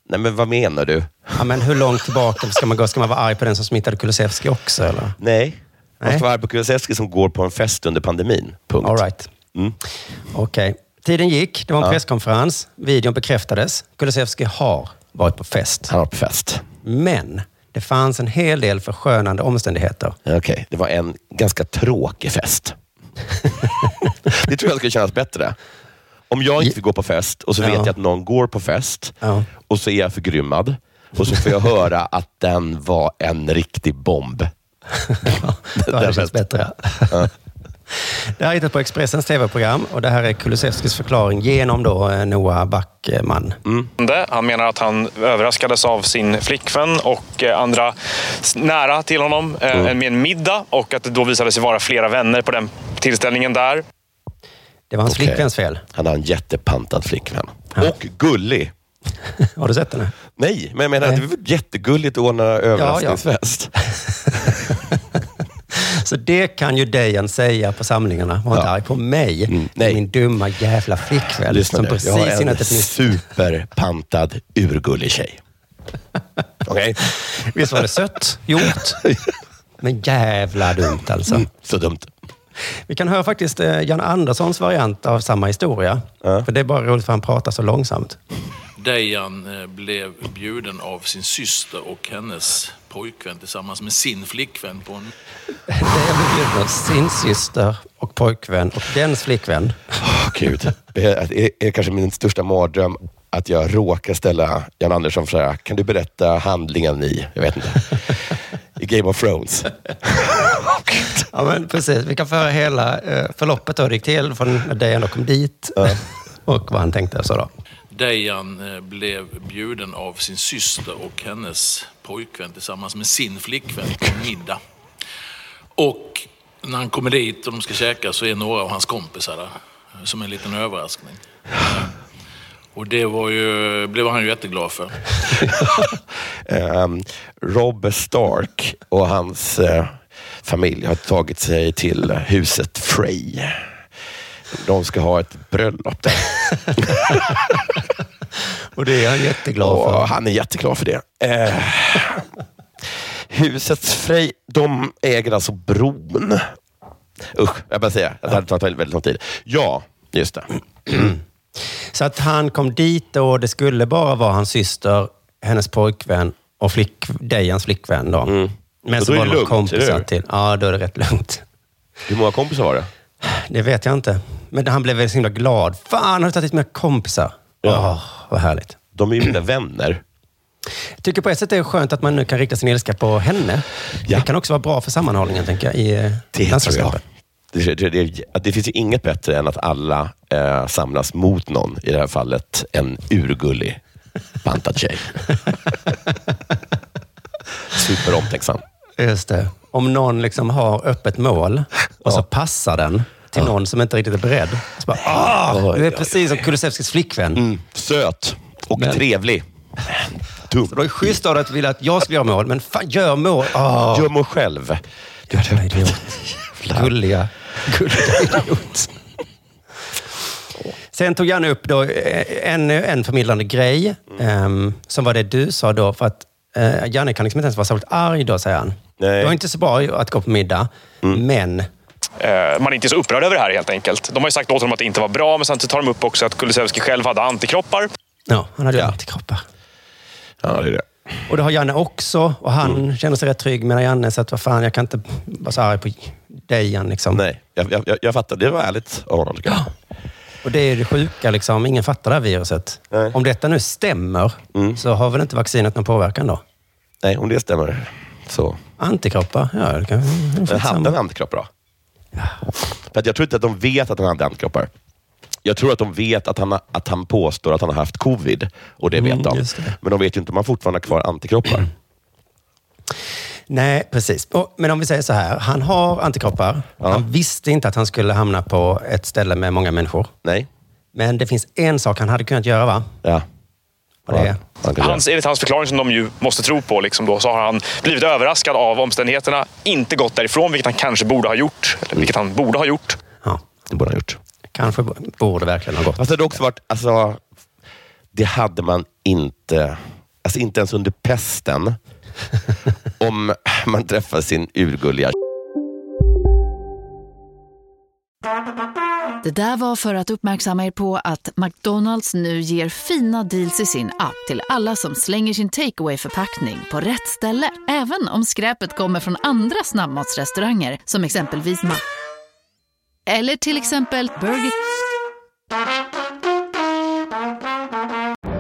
H: Nej, men vad menar du?
I: Ja, men hur långt tillbaka ska man gå? Ska man vara arg på den som smittade Kulusevski också? Eller?
H: Nej. Man
I: Nej.
H: ska vara arg på Kulusevski som går på en fest under pandemin. Punkt.
I: All right.
H: Mm.
I: Okej. Tiden gick. Det var en
H: Ja.
I: presskonferens. Videon bekräftades. Kulusevski har varit på fest.
H: Han var på fest.
I: Men det fanns en hel del förskönande omständigheter.
H: Okej, det var en ganska tråkig fest. det tror jag skulle kännas bättre. Om jag inte fick gå på fest och så vet
I: Ja.
H: jag att någon går på fest
I: Ja.
H: och så är jag förgrymmad och så får jag höra att den var en riktig bomb.
I: Då hade det känts bättre.
H: Ja.
I: Det här är hittat på Expressens tv-program och det här är Kulusevskis förklaring genom då eh, Noah Backman.
H: Mm,
K: hände. Han menar att han överraskades av sin flickvän och eh, andra s- nära till honom eh, med en middag och att det då visade sig vara flera vänner på den tillställningen där.
I: Det var hans flickväns fel.
H: Han har en jättepantad flickvän. Och gullig.
I: Har du sett henne?
H: Nej, men jag menar att det var jättegulligt att ordna överraskningsfest.
I: Så det kan ju Dejan säga på samlingarna. Var inte arg på mig. Nej. Min dumma jävla flickvän.
H: Mm, Lyssna
I: som
H: nu, jag har
I: precis innan
H: en
I: det finns...
H: superpantad, urgullig tjej. Okej?
I: Visst var det sött gjort? Men jävla dumt alltså.
H: Så dumt.
I: Vi kan höra faktiskt eh, Jan Anderssons variant av samma historia. För det är bara roligt för han pratar så långsamt.
L: Dejan eh, blev bjuden av sin syster och hennes pojkvän tillsammans med sin flickvän på en...
I: Dejan blev bjuden av sin syster och pojkvän och dens flickvän.
H: Åh, Gud. Det är, det är kanske min största mardröm att jag råkar ställa Jan Andersson frågan, kan du berätta handlingen i, jag vet inte, i Game of Thrones?
I: Ja, men precis. Vi kan få höra hela eh, förloppet då det gick till från när Dejan då kom dit och vad han tänkte. och Så då.
L: Dejan eh, blev bjuden av sin syster och hennes pojkvän tillsammans med sin flickvän på en middag. Och när han kommer dit och de ska käka så är några av hans kompisar där. Som en liten överraskning. Och det var ju, blev han ju jätteglad för.
H: Ehm, Rob Stark och hans eh, familj har tagit sig till huset Frey. De ska ha ett bröllop där.
I: och det är han jätteglad
H: för. Han är jätteglad för det. Eh, huset Frey, de äger alltså bron. Usch, jag bara säga. Det hade tagit väldigt, väldigt lång tid. Ja, just det.
I: Så att han kom dit och det skulle bara vara hans syster, hennes pojkvän och flick, Dejans flickvän. Då. Men
H: Och Mm. då
I: så
H: är
I: var
H: det lugnt,
I: det några
H: eller
I: kompisar
H: hur?
I: till. Ja, då är det rätt lugnt.
H: Hur många kompisar var det?
I: Det vet jag inte. Men han blev väl så himla glad. Fan, har du tagit hit mina kompisar? Ja. vad härligt.
H: De är ju mina vänner.
I: Jag tycker på ett sätt det är skönt att man nu kan rikta sin ilska på henne. Det kan också vara bra för sammanhållningen, tänker jag, i eh,
H: Det tror jag.
I: landslagsgruppen.
H: Det, det, det, det finns ju inget bättre än att alla eh, samlas mot någon. I det här fallet en urgullig bantad tjej. Superomtänksam.
I: Just det. Om någon liksom har öppet mål och så passar den till någon som inte riktigt är beredd. Så bara, ah, du är precis som Kulusevskis flickvän.
H: Mm. söt och trevlig. Dum.
I: Det var ju schysst av dig att vilja att jag skulle göra mål, men fan, gör mål. Ah.
H: Gör mål själv.
I: Du är idiot. Gulliga. Gulliga idiot. Sen tog Janne upp då eh, ännu en förmildrande grej, ehm, som var det du sa då. För att eh, Janne kan liksom inte ens vara särskilt arg då, säger han. Det var inte så bra att gå på middag, men
K: Eh, man är inte så upprörd över det här helt enkelt. De har ju sagt åt honom att det inte var bra, men sen så tar de upp också att Kulusevski själv hade antikroppar.
I: ja, han hade ju antikroppar.
H: Ja, det är det.
I: Och det har Janne också. Och han känner sig rätt trygg, medan Janne så att vad fan, jag kan inte vara så arg på dig, Janne. Liksom.
H: Nej, jag, jag, jag, jag fattar. Det var ärligt av honom. tycker jag.
I: Och det är det sjuka, liksom. ingen fattar det här viruset. Om detta nu stämmer, så har väl inte vaccinet någon påverkan då?
H: Nej, om det stämmer så...
I: Antikroppar? Ja, det kan...
H: Men hade han antikroppar då? För att jag tror inte att de vet att han hade antikroppar. Jag tror att de vet att han, har- att han påstår att han har haft covid. Och det vet
I: Mm,
H: de.
I: just det. Mm.
H: Men de vet ju inte om han fortfarande har kvar antikroppar.
I: Nej, precis. Och, men om vi säger så här, han har antikroppar. Han visste inte att han skulle hamna på ett ställe med många människor.
H: Nej.
I: Men det finns en sak han hade kunnat göra, va?
H: Ja.
I: Och det är...
K: Hans, enligt hans förklaring som de ju måste tro på liksom då, så har han blivit överraskad av omständigheterna. Inte gått därifrån, vilket han kanske borde ha gjort. Eller vilket han borde ha gjort.
I: Ja.
H: Det borde ha gjort.
I: Kanske borde verkligen ha gått.
H: Fast Alltså, det hade också varit... Alltså, det hade man inte... Alltså inte ens under pesten. om man träffar sin urgulliga
M: Det där var för att uppmärksamma er på att McDonalds nu ger fina deals i sin app till alla som slänger sin takeaway förpackning på rätt ställe. Även om skräpet kommer från andra snabbmatsrestauranger som exempelvis Ma... Eller till exempel Burger...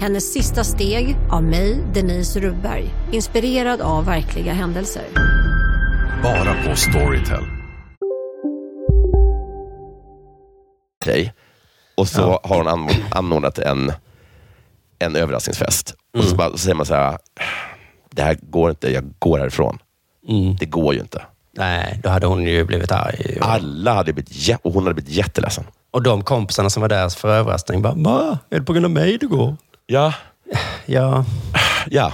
N: Hennes sista steg av mig, Denise Rubberg. Inspirerad av verkliga händelser.
O: Bara på Storytel.
H: Okej. Och så har hon anmo- anordnat en, en överraskningsfest.
O: Mm.
H: Och så, bara, så säger man så här, det här går inte, jag går härifrån. Det går ju inte.
I: Mm. Nej, då hade hon ju blivit arg.
H: Alla hade blivit, jä- och hon hade blivit jätteledsen.
I: Och de kompisarna som var där för överraskning bara, Va? Är det på grund av mig du går?
H: Ja.
I: Ja.
H: Ja.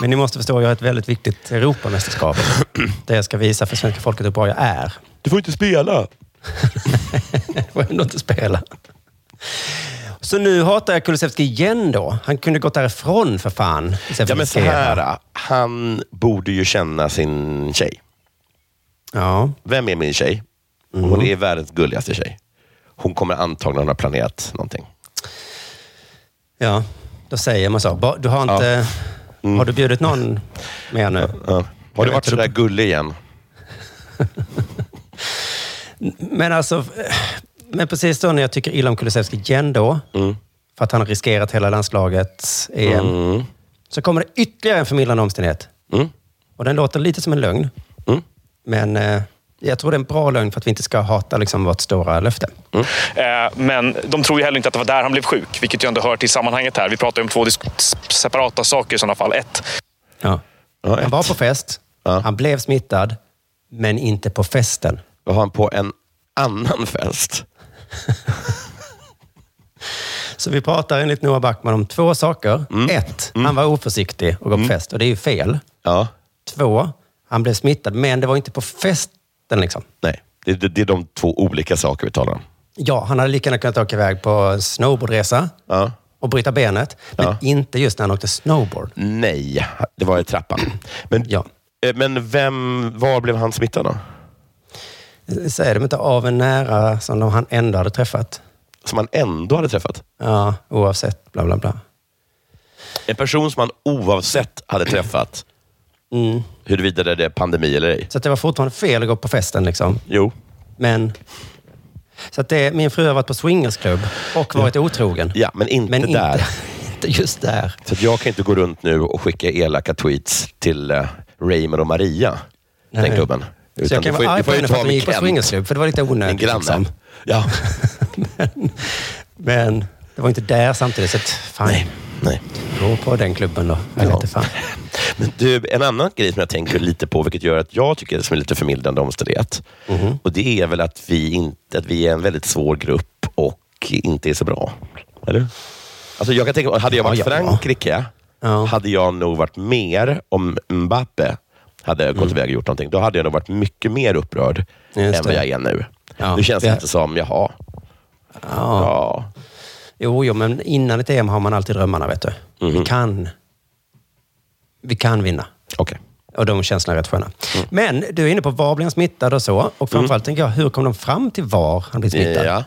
I: Men ni måste förstå, jag har ett väldigt viktigt Europamästerskap. Där jag ska visa för svenska folket hur bra jag är.
H: Du får inte spela.
I: jag får ändå inte spela. Så nu hatar jag Kulusevski igen då. Han kunde gått därifrån för fan. istället för
H: Ja, men
I: att
H: så
I: riskera.
H: här, han borde ju känna sin tjej.
I: Ja.
H: Vem är min tjej? Hon är världens gulligaste tjej. Hon kommer antagligen ha planerat någonting.
I: Ja, då säger man så. Ba- Du har inte... Har du bjudit någon mer nu?
H: Mm. Har du varit så där gullig igen?
I: Men alltså... Men precis då när jag tycker illa om Kulusevski igen då, för att han har riskerat hela landslagets EM, så kommer det ytterligare en förmildrande omständighet.
H: Mm?
I: Och den låter lite som en lögn. Men eh, jag tror det är en bra lögn för att vi inte ska hata liksom, vårt stora löfte.
K: Eh, Men de tror ju heller inte att det var där han blev sjuk, vilket ju ändå hör till sammanhanget här. Vi pratar ju om två disk- s- separata saker i sådana fall. Ett,
I: Ja. han var på fest, han blev smittad, men inte på festen.
H: Var han på en annan fest?
I: Så vi pratar enligt Noah Backman om två saker. Ett, han var oförsiktig och gav på fest och det är ju fel. Två, han blev smittad, men det var inte på festen. Liksom.
H: Nej, det, det, det är de två olika saker vi talar om.
I: Ja, han hade lika gärna kunnat åka iväg på snowboardresa och bryta benet, men inte just när han åkte snowboard.
H: Nej, det var i trappan. Men, eh, men vem, var blev han smittad då?
I: Säger de inte av en nära som de, han ändå hade träffat?
H: Som han ändå hade träffat?
I: Ja, oavsett bla bla bla.
H: En person som han oavsett hade träffat,
I: Mm.
H: huruvida det är pandemi eller ej.
I: Så att det var fortfarande fel att gå på festen. Liksom.
H: Jo.
I: Men... Så att det, min fru har varit på swingersklubb och varit otrogen.
H: Ja, men inte
I: Men inte-
H: där.
I: inte just där.
H: Så att jag kan inte gå runt nu och skicka elaka tweets till eh, Raymond och Maria,
I: Nej.
H: den klubben.
I: så jag
H: det
I: kan
H: får ju- det
I: vara arg
H: får ju
I: på henne
H: ta
I: för att hon
H: min
I: gick på
H: Kent.
I: swingersklubb, för det var lite onödigt.
H: Min granne.
I: Liksom.
H: Ja.
I: men det var inte där samtidigt, så att, fan. Nej.
H: Nej.
I: Gå på den klubben då. Jag vet inte fan.
H: Men du, en annan grej som jag tänker lite på, vilket gör att jag tycker det som är lite förmildrande omständighet.
I: Mhm.
H: Och det är väl att vi, inte, att vi är en väldigt svår grupp och inte är så bra. Eller? Alltså jag kan tänka, hade jag varit
I: Ja, ja, ja.
H: Frankrike, hade jag nog varit mer om Mbappe hade gått iväg och gjort någonting. Då hade jag nog varit mycket mer upprörd
I: Mm. Just
H: än vad
I: det.
H: jag är nu.
I: Ja.
H: Nu känns det
I: Det-
H: inte som, jaha.
I: Ja. Jo, jo, men innan ett EM har man alltid drömmarna, vet du. Vi kan. Vi kan vinna.
H: Okej.
I: Och de känslorna är rätt sköna. Men du är inne på var blev han smittad och så. Och framförallt tänker jag, hur kom de fram till var han blev smittad?
H: Ja.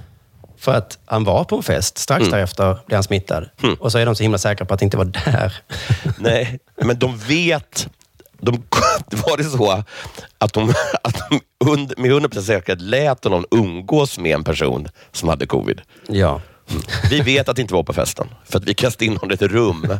I: För att han var på en fest. Strax därefter blev han smittad. Och så är de så himla säkra på att det inte var där.
H: Nej, men de vet... De, var det så att de, att de und, med 100% säkerhet lät honom umgås med en person som hade covid?
I: Ja.
H: Vi vet att det inte var på festen, för att vi kastade in honom i ett rum.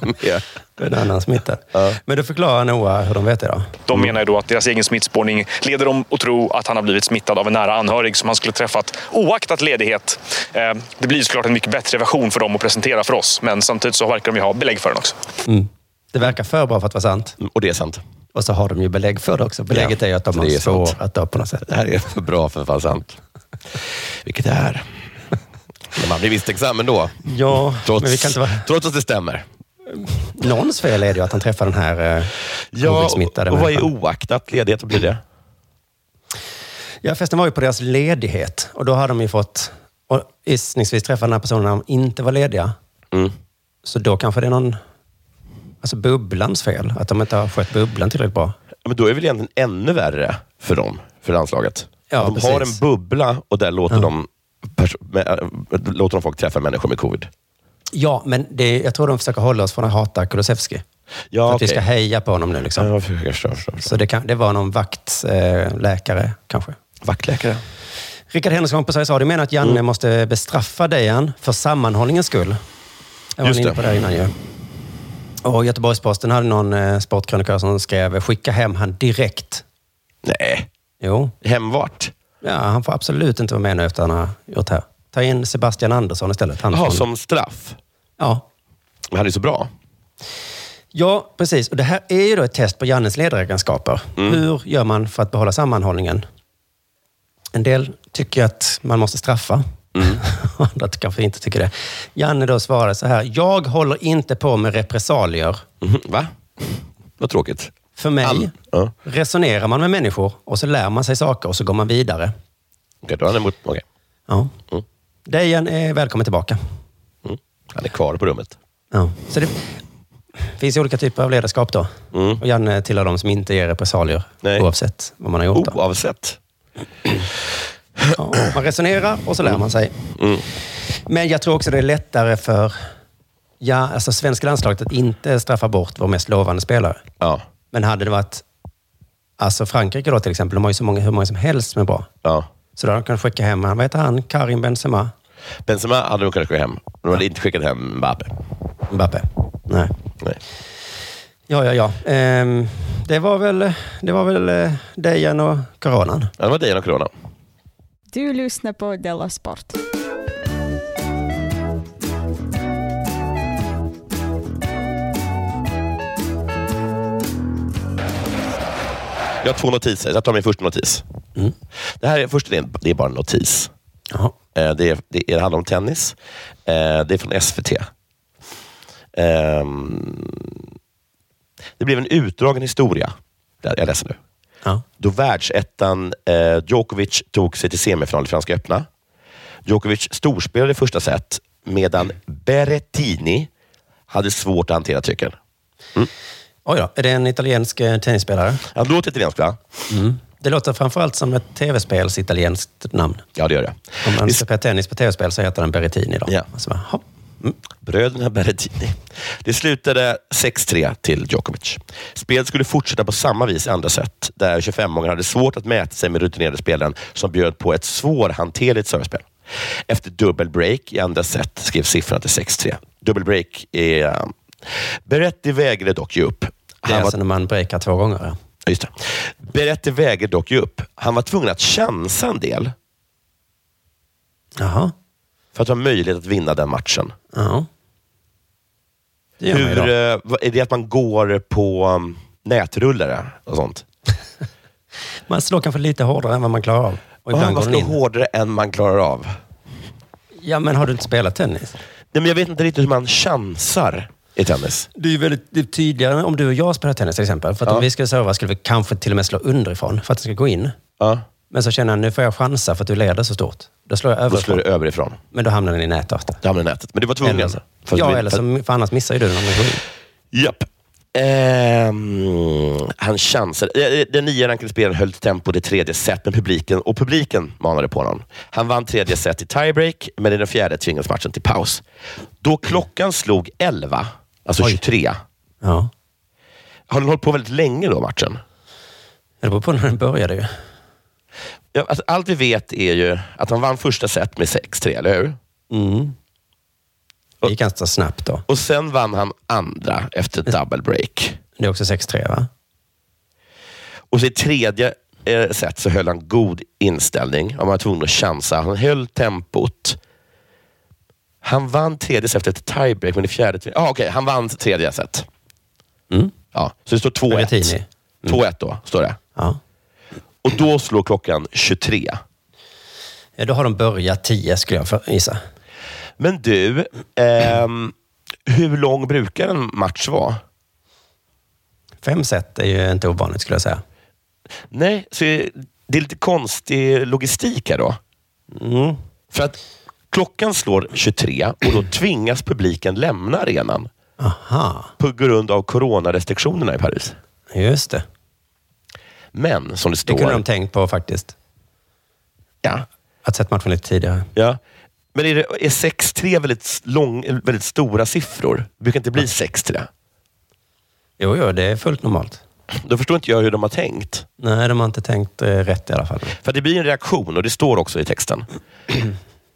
H: Med,
I: En annan smitta. Men du förklarar Noah hur de vet det då.
K: de menar ju då att deras egen smittspårning leder dem att tro att han har blivit smittad av en nära anhörig som han skulle träffat oaktat ledighet. Eh, Det blir ju såklart en mycket bättre version för dem att presentera för oss, men samtidigt så verkar de ju ha belägg för den också.
I: Mm. Det verkar för bra för att vara sant.
H: Och det är sant.
I: Och så har de ju belägg för det också. Belägget
H: Ja,
I: är ju att de
H: det
I: har
H: är sant.
I: spårat på något sätt.
H: Det här är för bra för att vara sant. Vilket det är. Men man blir misstänksam ändå.
I: Ja,
H: trots,
I: men vi kan inte vara...
H: trots att det stämmer.
I: Någons fel är det ju att han träffar den här eh,
H: Ja, och,
I: covid-smittade
H: och vad är
I: människan.
H: oaktat ledighet? Vad blir det?
I: Ja, festen var ju på deras ledighet och då har de ju fått och gissningsvis träffa den här personen när de inte var lediga.
H: Mm.
I: Så då kanske det är någon Alltså bubblans fel, att de inte har skött bubblan tillräckligt bra.
H: Ja, Men då är det väl egentligen ännu värre för dem, för landslaget.
I: Ja,
H: de
I: precis.
H: har en bubbla och där låter, de pers- med, äh, låter de folk träffa människor med covid.
I: Ja, men det, jag tror de försöker hålla oss från att hata Kulusevski.
H: Ja,
I: för att vi
H: okej.
I: ska heja på honom nu. Liksom.
H: Ja, jag förstår, jag förstår.
I: Så det, kan, det var någon vaktläkare, eh, läkare, kanske.
H: Vaktläkare?
I: Rickard Henriksson på Sveriges Radio menar att Janne
H: Mm.
I: måste bestraffa Dejan för sammanhållningens skull. Jag var
H: Just
I: inne
H: det.
I: på det här innan ju. Och Göteborgs-Posten hade någon eh, sportkrönikör som skrev “Skicka hem han direkt”.
H: Nej.
I: Jo.
H: Hem vart?
I: Ja, han får absolut inte vara med nu efter han har gjort det här. Ta in Sebastian Andersson istället. Han
H: Jaha,
I: från-
H: som straff?
I: Ja.
H: Men han är så bra.
I: Ja, precis. Och det här är ju då ett test på Jannes ledaregenskaper.
H: Mm.
I: Hur gör man för att behålla sammanhållningen? En del tycker att man måste straffa.
H: Mm.
I: Andra kanske inte tycker det. Janne då svarade så här. Jag håller inte på med repressalier.
H: Mhm, Va? Vad tråkigt.
I: För mig
H: Ja.
I: resonerar man med människor och så lär man sig saker och så går man vidare.
H: Okej, då är han emot... Okej.
I: Ja.
H: Mm.
I: Dejan är välkommen tillbaka.
H: Han är kvar på rummet.
I: Ja. Så det finns ju olika typer av ledarskap då.
H: Mm.
I: Och Janne tillhör de som inte ger repressalier oavsett vad man har
H: Oh,
I: gjort. Då.
H: Oavsett?
I: Ja, man resonerar och så lär man sig. Men jag tror också det är lättare för ja, alltså svenska landslaget att inte straffa bort vår mest lovande spelare.
H: Ja.
I: Men hade det varit alltså Frankrike då till exempel, de har ju så många, hur många som helst som är bra.
H: Ja.
I: Så då hade de kunnat skicka hem, vad heter han, Karim Benzema?
H: Benzema hade de kunnat skicka hem. De hade inte skickat hem Mbappe.
I: Mbappe. Nej.
H: Nej.
I: Ja, ja, ja. Ehm, det var väl, det var väl eh, Dejan och coronan.
H: Ja, det var Dejan och corona.
P: Du lyssnar på Della Sport.
H: Jag har två notiser. Jag tar min första notis. Det här är, först, det är, det är bara en notis. Eh, Det, är, det, är, det handlar om tennis. Eh, Det är från SVT. Ehm, Det blev en utdragen historia. Det- Jag läser nu. Då världsettan eh, Djokovic tog sig till semifinal i Franska öppna. Djokovic storspelade i första set medan Berrettini hade svårt att hantera trycken.
I: Oj då, är det en italiensk eh, tennisspelare?
H: Ja, det låter italienskt va?
I: Det låter framförallt som ett tv-spels italienskt namn.
H: Ja, det gör det.
I: Om man ska spela tennis på tv-spel så heter den Berrettini. Då. Ja. Alltså, jaha.
H: Bröderna Berrettini. Det slutade 6-3 till Djokovic. Spelet skulle fortsätta på samma vis i andra set, där 25-åringen hade svårt att mäta sig med rutinerade spelaren som bjöd på ett svårhanterligt servespel. Efter dubbel break i andra set skrev siffrorna till 6-3. Dubbel break är... eh, Berretti vägrade dock ge upp.
I: Det är alltså när man breakar två gånger. Ja.
H: Just det. Berretti vägrade dock ge upp. Han var tvungen att chansa en del
I: Jaha.
H: för att ha möjlighet att vinna den matchen.
I: Ja. Det gör man ju
H: Hur,
I: då.
H: eh, vad- är det att man går på um, nätrullare och sånt?
I: Man slår kanske lite hårdare än vad man klarar av. Och
H: Ja,
I: ibland
H: man
I: går den
H: slår
I: in.
H: hårdare än man klarar av.
I: Ja, men har du inte spelat tennis?
H: Nej, men jag vet inte riktigt hur man chansar i tennis.
I: Det är ju väldigt det är tydligare om du och jag spelar tennis till exempel. För att
H: Ja.
I: om vi skulle serva skulle vi kanske till och med slå underifrån för att det ska gå in.
H: Ja.
I: Men så känner jag, nu får jag chansa för att du leder så stort. Då slår jag
H: Då
I: överifrån.
H: slår du överifrån.
I: Men då hamnar den i nätet.
H: Då hamnar den i nätet. Men du var tvungen. alltså,
I: Eller,
H: För att
I: ja,
H: vi-
I: eller
H: för-
I: så, för annars missar ju du den om den går in.
H: Japp. Ehm, han chansade. Eh, Den nya rankade spelaren höll tempot i tredje set med publiken och publiken manade på honom. Han vann tredje set i tiebreak, men i den fjärde tvingades matchen till paus. Då klockan slog 11, alltså 23.
I: Ja.
H: Har den hållit på väldigt länge då, matchen?
I: Det beror på när den började ju.
H: Ja, alltså, allt vi vet är ju att han vann första set med 6-3, eller hur? Mm.
I: Det gick ganska snabbt då.
H: Och sen vann han andra efter double break.
I: Det är också 6-3 va?
H: Och så i tredje eh, set så höll han god inställning. Han var tvungen att chansa. Han höll tempot. Han vann tredje set efter ett tiebreak, men i fjärde... Ja, ah, okej. han vann tredje set. Ja, så det står 2-1. 2-1 då, står det. Och då slår klockan 23.
I: Ja, då har de börjat 10 skulle jag för- gissa.
H: Men du, ehm, hur lång brukar en match vara?
I: Fem set är ju inte ovanligt skulle jag säga.
H: Nej, så det är lite konstig logistik här då. Mm. För att klockan slår 23 och då tvingas publiken lämna arenan
I: Aha.
H: På grund av coronarestriktionerna i Paris.
I: Just det.
H: Men som det står...
I: Det kunde de tänkt på faktiskt.
H: Ja.
I: Att sett matchen lite tidigare.
H: Ja. Men är, det, är 6-3 väldigt, lång, väldigt stora siffror? Det brukar inte bli 6-3.
I: Jo, jo, det är fullt normalt.
H: Då förstår inte jag hur de har tänkt.
I: Nej, de har inte tänkt eh, rätt i alla fall.
H: För det blir en reaktion och det står också i texten.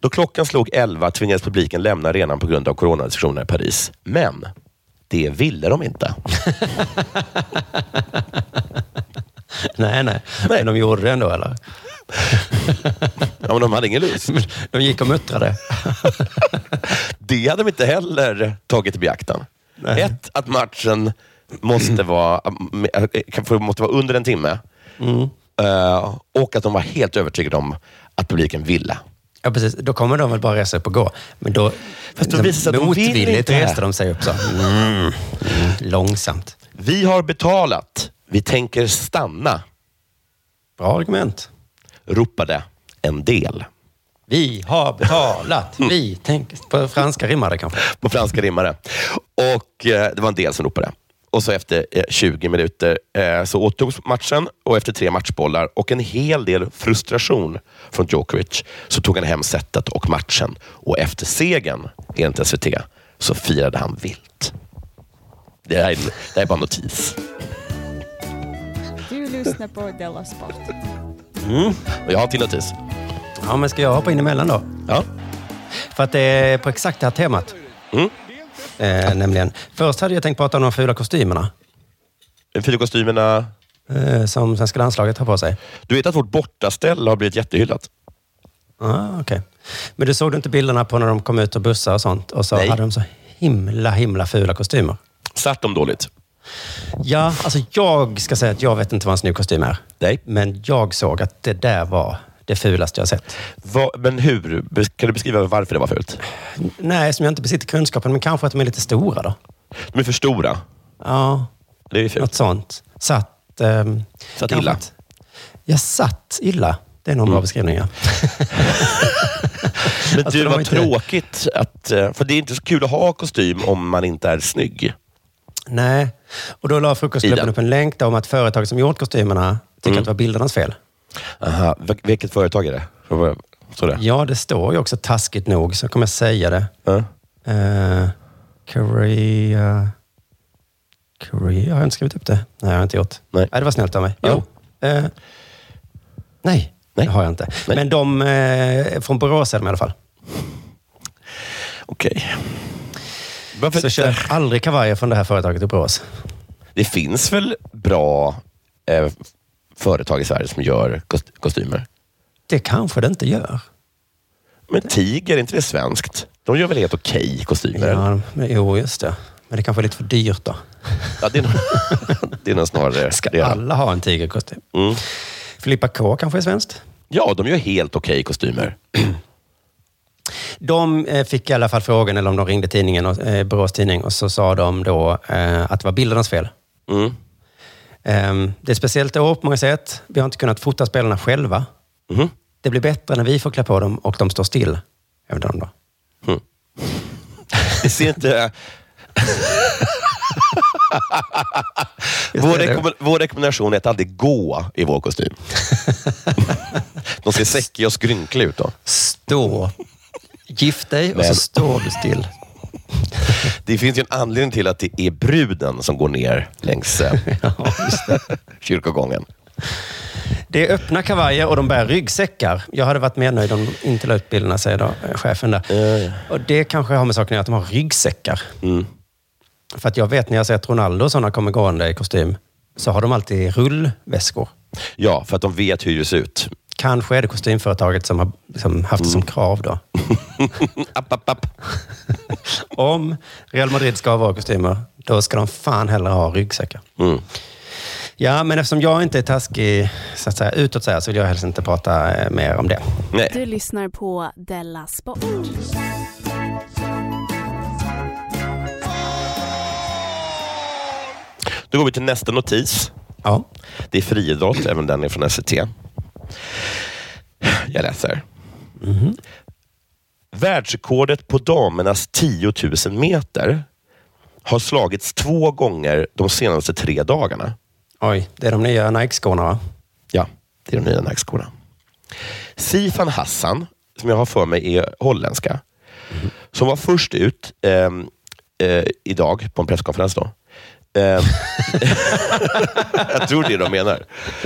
H: Då klockan slog 11 tvingades publiken lämna arenan på grund av coronarestriktionerna i Paris. Men det ville de inte.
I: Nej, nej, Men de gjorde det ändå, eller?
H: ja, men de hade ingen lust.
I: De gick och muttrade.
H: det hade de inte heller tagit i beaktan.
I: Nej.
H: Ett, att matchen måste vara, kan få- måste vara under en timme.
I: Mm.
H: Eh, och att de var helt övertygade om att publiken ville.
I: Ja, precis. Då kommer de väl bara resa upp och gå. Men då... liksom,
H: Fast då visar det sig att de vill
I: motvilligt
H: inte.
I: reste de sig upp så. Mm. Långsamt.
H: Vi har betalat. Vi tänker stanna.
I: Bra argument.
H: Ropade en del.
I: Vi har betalat. Vi tänker... På franska rimmar det kanske.
H: På franska rimmare. Och eh, det var en del som ropade. Och så efter eh, 20 minuter eh, så återtogs matchen och efter tre matchbollar och en hel del frustration från Djokovic så tog han hem setet och matchen. Och efter segern, enligt SVT, så firade han vilt. Det här är, det här är bara en notis.
P: Du lyssnar på Della Sport.
H: Mm. Och jag har en till notis.
I: Ja, men ska jag hoppa in emellan då?
H: Ja.
I: För att det är på exakt det här temat. Eh, nämligen, först hade jag tänkt prata om de fula kostymerna
H: De fina kostymerna.
I: eh, som svenska landslaget har på sig.
H: Du vet att vårt bortaställ har blivit jättehyllat?
I: Ah, okay. Men du såg du inte bilderna på när de kom ut och bussar och sånt? Och så
H: Nej.
I: hade de så himla, himla fula kostymer.
H: Satt de dåligt?
I: Ja, alltså jag ska säga att jag vet inte vad en snygg kostym är.
H: Nej.
I: Men jag såg att det där var det fulaste jag har sett.
H: Va, men hur? Bes- Kan du beskriva varför det var fult?
I: N- Nej, som jag inte besitter kunskapen, men kanske att de är lite stora då.
H: De är för stora.
I: Ja,
H: Det är fult.
I: något sånt. Satt... ehm,
H: Satt
I: kanske
H: illa. Mm.
I: att- Jag satt illa. Det är nog en bra beskrivning, ja.
H: Men
I: Alltså,
H: du,
I: de
H: vad
I: har inte-
H: tråkigt att... eh, För det är inte så kul att ha kostym om man inte är snygg.
I: Nej. Och då la
H: Ida. Mm.
I: Frukostklubben upp en länk där om att företaget som gjort kostymerna tycker att det var bildernas fel.
H: Aha, vil- vilket företag är det? Så det.
I: Ja, det står ju också taskigt nog, så jag kommer säga det.
H: Ja.
I: Eh, Korea... Korea? Har jag inte skrivit upp det? Nej, jag har inte gjort. Äh,
H: Nej.
I: det var snällt av mig. Jo. Eh, nej,
H: Nej.
I: det har jag inte. Men de... Eh, från Borås är de i alla fall.
H: Okej. Varför
I: Så köp aldrig kavajer från det här företaget i Borås.
H: Det finns väl bra eh, företag i Sverige som gör kost- kostymer?
I: Det kanske det inte gör.
H: Men Tiger, är inte det svenskt? De gör väl helt okej kostymer? eller?
I: Ja, men, jo, just det. Men det kanske är lite för dyrt då.
H: Ja, det, är nog, det är nog snarare
I: Ska
H: det.
I: alla ha en tigerkostym?
H: Mm.
I: Filippa K kanske är svenskt?
H: Ja, de gör helt okej kostymer.
I: De eh, fick i alla fall frågan, eller om de ringde tidningen, och, eh, Borås tidning, och så sa de då eh, att det var bildernas fel.
H: Mm.
I: Ehm, det är ett speciellt år på många sätt. Vi har inte kunnat fota spelarna själva.
H: Mhm.
I: Det blir bättre när vi får klä på dem och de står still. Hävdar de då.
H: Det ser inte... vår,
I: det, det-
H: rekommend- vår rekommendation är att aldrig gå i vår kostym. De ser säckiga och skrynkliga ut då.
I: Stå. Gift dig och så
H: Men-
I: står du still.
H: Det finns ju en anledning till att det är bruden som går ner längs eh, kyrkogången.
I: Det är öppna kavajer och de bär ryggsäckar. Jag hade varit mer nöjd om de inte la ut bilderna, säger då, eh, chefen där. Och det kanske har med saken att göra, att de har ryggsäckar.
H: Mm.
I: För att jag vet när jag har sett Ronaldo och sådana kommer gående i kostym, så har de alltid rullväskor.
H: Ja, för att de vet hur det ser ut.
I: Kanske är det kostymföretaget som har liksom haft det som krav då.
H: Mm. app, app, app.
I: Om Real Madrid ska ha våra kostymer, då ska de fan hellre ha ryggsäckar.
H: Mm.
I: Ja, men eftersom jag inte är taskig så att säga, utåt så, här, så vill jag helst inte prata eh, mer om det.
H: Nej.
G: Du lyssnar på Della Sport.
H: Då går vi till nästa notis.
I: Ja.
H: Det är friidrott, även den är från SVT. Jag läser. Världsrekordet på damernas 10 000 meter har slagits två gånger de senaste tre dagarna.
I: Oj, det är de nya Nike-skorna va?
H: Ja, det är de nya Nike-skorna. Sifan Hassan, som jag har för mig är holländska, som var först ut ehm, eh, idag på en presskonferens. Då. Ehm, jag tror det är de menar.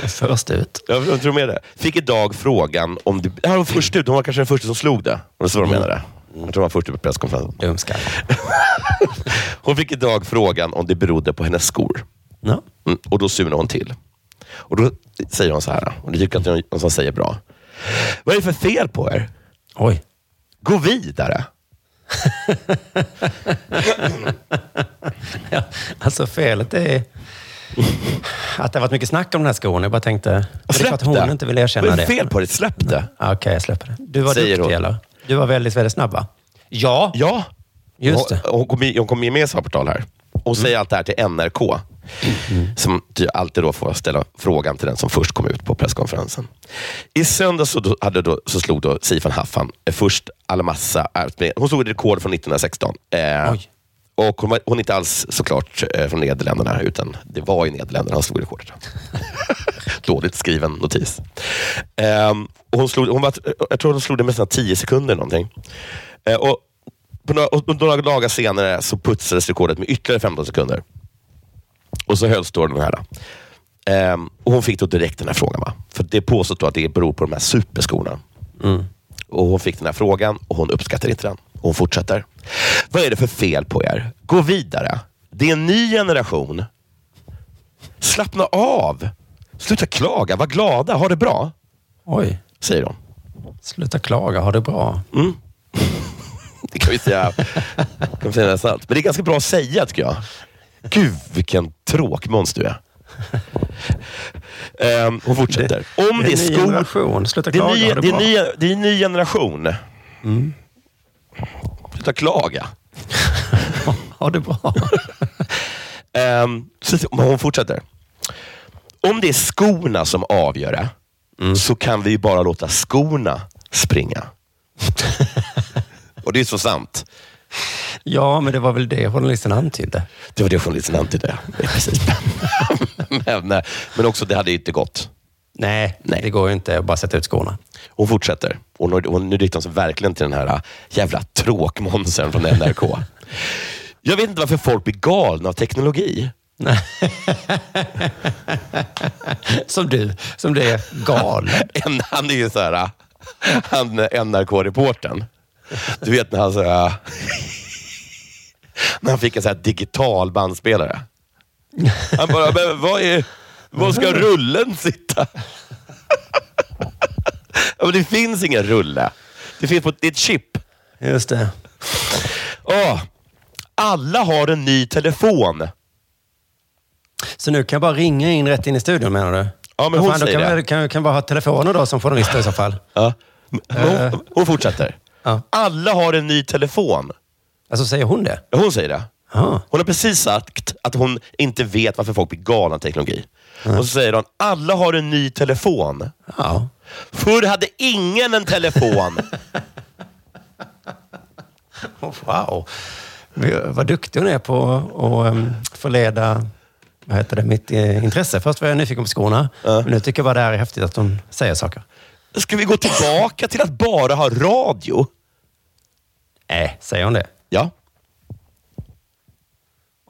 I: Först ut.
H: Jag, jag tror med det. Fick idag frågan om... Det, här var först ut. Hon var kanske den första som slog det. Om det är så de
I: Mm.
H: menade. Jag tror hon var först ut på presskonferensen.
I: Dumskalle.
H: hon fick idag frågan om det berodde på hennes skor.
I: Ja.
H: Mm, och då surnar hon till. Och Då säger hon så här, och det tycker jag att det är någon som säger bra. Vad är det för fel på er?
I: Oj.
H: Gå vidare.
I: Ja, alltså felet är att det har varit mycket snack om den här skon. Jag bara tänkte... men Alltså, Det är för att hon inte vill erkänna
H: Vad är
I: det.
H: det fel på det? Släpp det.
I: Ja, Ah, Okej, jag släpper det. Du var
H: Säger
I: duktig
H: hon.
I: eller? Du var väldigt, väldigt snabb va? Ja.
H: Ja.
I: Just det.
H: Hon, hon kommer ju- hon kommer ju med i Svartportal här. Och säger allt det här till NRK. Som ty- alltid då får ställa frågan till den som först kom ut på presskonferensen. I söndags så, då- hade då, så slog då Sifan Haffan eh, först Alamassa. Hon slog ett rekord från 1916. Eh, och hon, var, hon är inte alls såklart eh, från Nederländerna, utan det var i Nederländerna han slog rekordet. Dåligt skriven notis. Ehm, och hon slog, hon var, jag tror hon slog det med sina 10 sekunder någonting. Eh, och på några, och några dagar senare så putsades rekordet med ytterligare 15 sekunder. Och så hölls då den här. då. Ehm, och hon fick då direkt den här frågan. Va? För det påstås då att det beror på de här superskorna. Och hon fick den här frågan och hon uppskattar inte den. Och hon fortsätter. Vad är det för fel på er? Gå vidare. Det är en ny generation. Slappna av. Sluta klaga. Var glada. Ha det bra.
I: Oj.
H: Säger de.
I: Sluta klaga, ha det bra.
H: Mm. Det kan vi säga, kan vi säga nästan allt. Men det är ganska bra att säga tycker jag. Gud vilken tråkmåns du är. Ehm, hon fortsätter. Om det
I: Det är
H: är
I: en ny generation.
H: skor...
I: Sluta
H: Det är
I: klaga,
H: ny-
I: ha det
H: det är
I: bra. Mm.
H: ny- det är en ny generation. Sluta klaga.
I: Ha det bra.
H: Ehm, så, men hon fortsätter. Om det är skorna som avgör det,
I: Mm.
H: så kan vi ju bara låta skorna springa. Och det är så sant.
I: Ja, men det var väl det journalisten antydde.
H: Det var det journalisten antydde. Det är Precis. men, eh, men också, det hade ju inte gått.
I: Nej, det går ju inte att bara sätta ut skorna.
H: Hon fortsätter. Och nu, och nu riktar hon sig verkligen till den här eh, jävla tråkmånsen från NRK. Jag vet inte varför folk blir galna av teknologi.
I: Som du, som det är galen.
H: En, han är ju så här, han NRK-reportern. Du vet när han så här, när han fick en så här digital bandspelare. Han bara, men vad är, var ska rullen sitta? Ja, men det finns ingen rulle. Det finns på det är ett chip.
I: Just det.
H: Åh, alla har en ny telefon.
I: Så nu kan jag bara ringa in rätt in i studion menar du?
H: Ja, men
I: Vad
H: hon
I: då
H: säger
I: kan
H: det.
I: vi- kan, kan bara ha telefoner då som journalister i så fall.
H: Ja. Men Hon, hon fortsätter.
I: Ja.
H: Alla har en ny telefon.
I: Alltså säger hon det?
H: Ja, Hon säger det.
I: Ja.
H: Hon har precis sagt att hon inte vet varför folk blir galna av teknologi. Och så säger hon, alla har en ny telefon.
I: ja.
H: Förr hade ingen en telefon.
I: Oh, Wow. Vi- Vad duktig hon är på att- att ehm, förleda vad heter det, mitt eh, intresse. Först var jag nyfiken på skorna, men nu tycker jag bara det här är häftigt att hon säger saker.
H: Ska vi gå tillbaka till att bara ha radio?
I: Nej, äh, säger hon det?
H: Ja.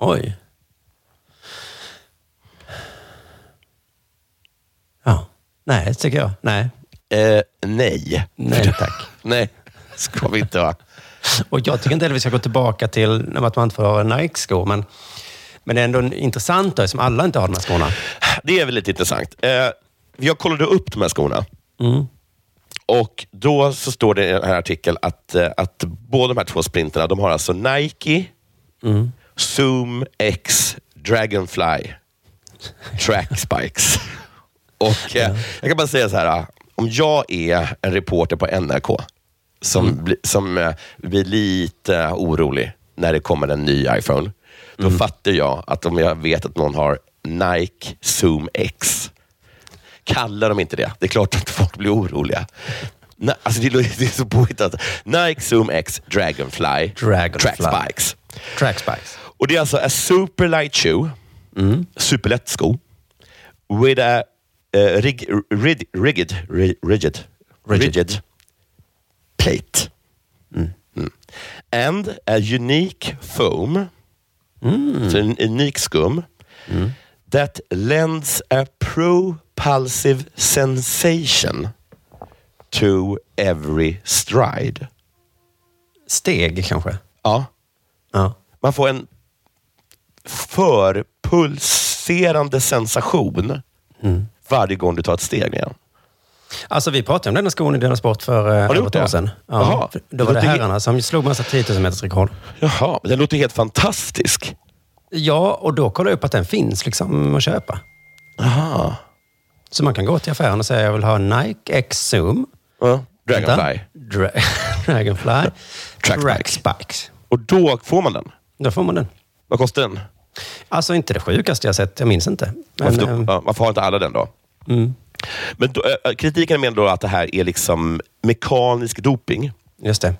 I: Oj. Ja. Nej, det tycker jag. Nej.
H: Eh, nej.
I: Nej, tack.
H: Nej, ska vi inte va?
I: Och jag tycker inte heller vi ska gå tillbaka till att man inte får ha Nike-skor, men, men det är ändå intressant då, som alla inte har de här skorna.
H: Det är väl lite intressant. Eh, jag kollade upp de här skorna.
I: Mm.
H: Och då så står det i den här artikeln att, eh, att båda de här två sprinterna, de har alltså Nike, Zoom X, Dragonfly, Track Spikes. Och eh, jag kan bara säga så här, eh, om jag är en reporter på NRK som, bli, som eh, blir lite eh, orolig när det kommer en ny iPhone, då fattar jag att om jag vet att någon har Nike Zoom X, kallar de inte det. Det är klart att folk blir oroliga. Na, alltså det, lå- det är så påhittat. Nike Zoom X Dragonfly,
I: Dragonfly.
H: Track Spikes.
I: Track spikes.
H: Och Det är alltså a super light shoe, Mm. superlätt sko, with a eh, rig, rid, rigid, ri- rigid, rigid, plate. Mm. And a unique foam, så en unik skum, Mm. that lends a propulsive sensation to every stride.
I: Steg kanske?
H: Ja. Man får en förpulserande sensation Mm. varje gång du tar ett steg igen.
I: Alltså vi pratade om denna skon i Denna Sport för eh,
H: Har ni
I: över
H: gjort
I: ett år
H: det?
I: sedan.
H: Jaha.
I: Ja, för då var det
H: Det låter-
I: herrarna som slog massa 10 000 meters rekord.
H: Jaha, den låter helt fantastisk.
I: Ja, och då kollade jag upp att den finns liksom att köpa.
H: Aha.
I: Så man kan gå till affären och säga jag vill ha Nike X Zoom.
H: Dragonfly.
I: Dra Dragonfly.
H: Track
I: Spikes.
H: Och då får man den?
I: Då får man den.
H: Vad kostar den?
I: Alltså inte det sjukaste jag sett. Jag minns inte. Men,
H: Varför, då,
I: eh,
H: ja, varför har inte alla den då?
I: mm.
H: Men då, eh, kritiken menar då att det här är liksom mekanisk doping.
I: Just det.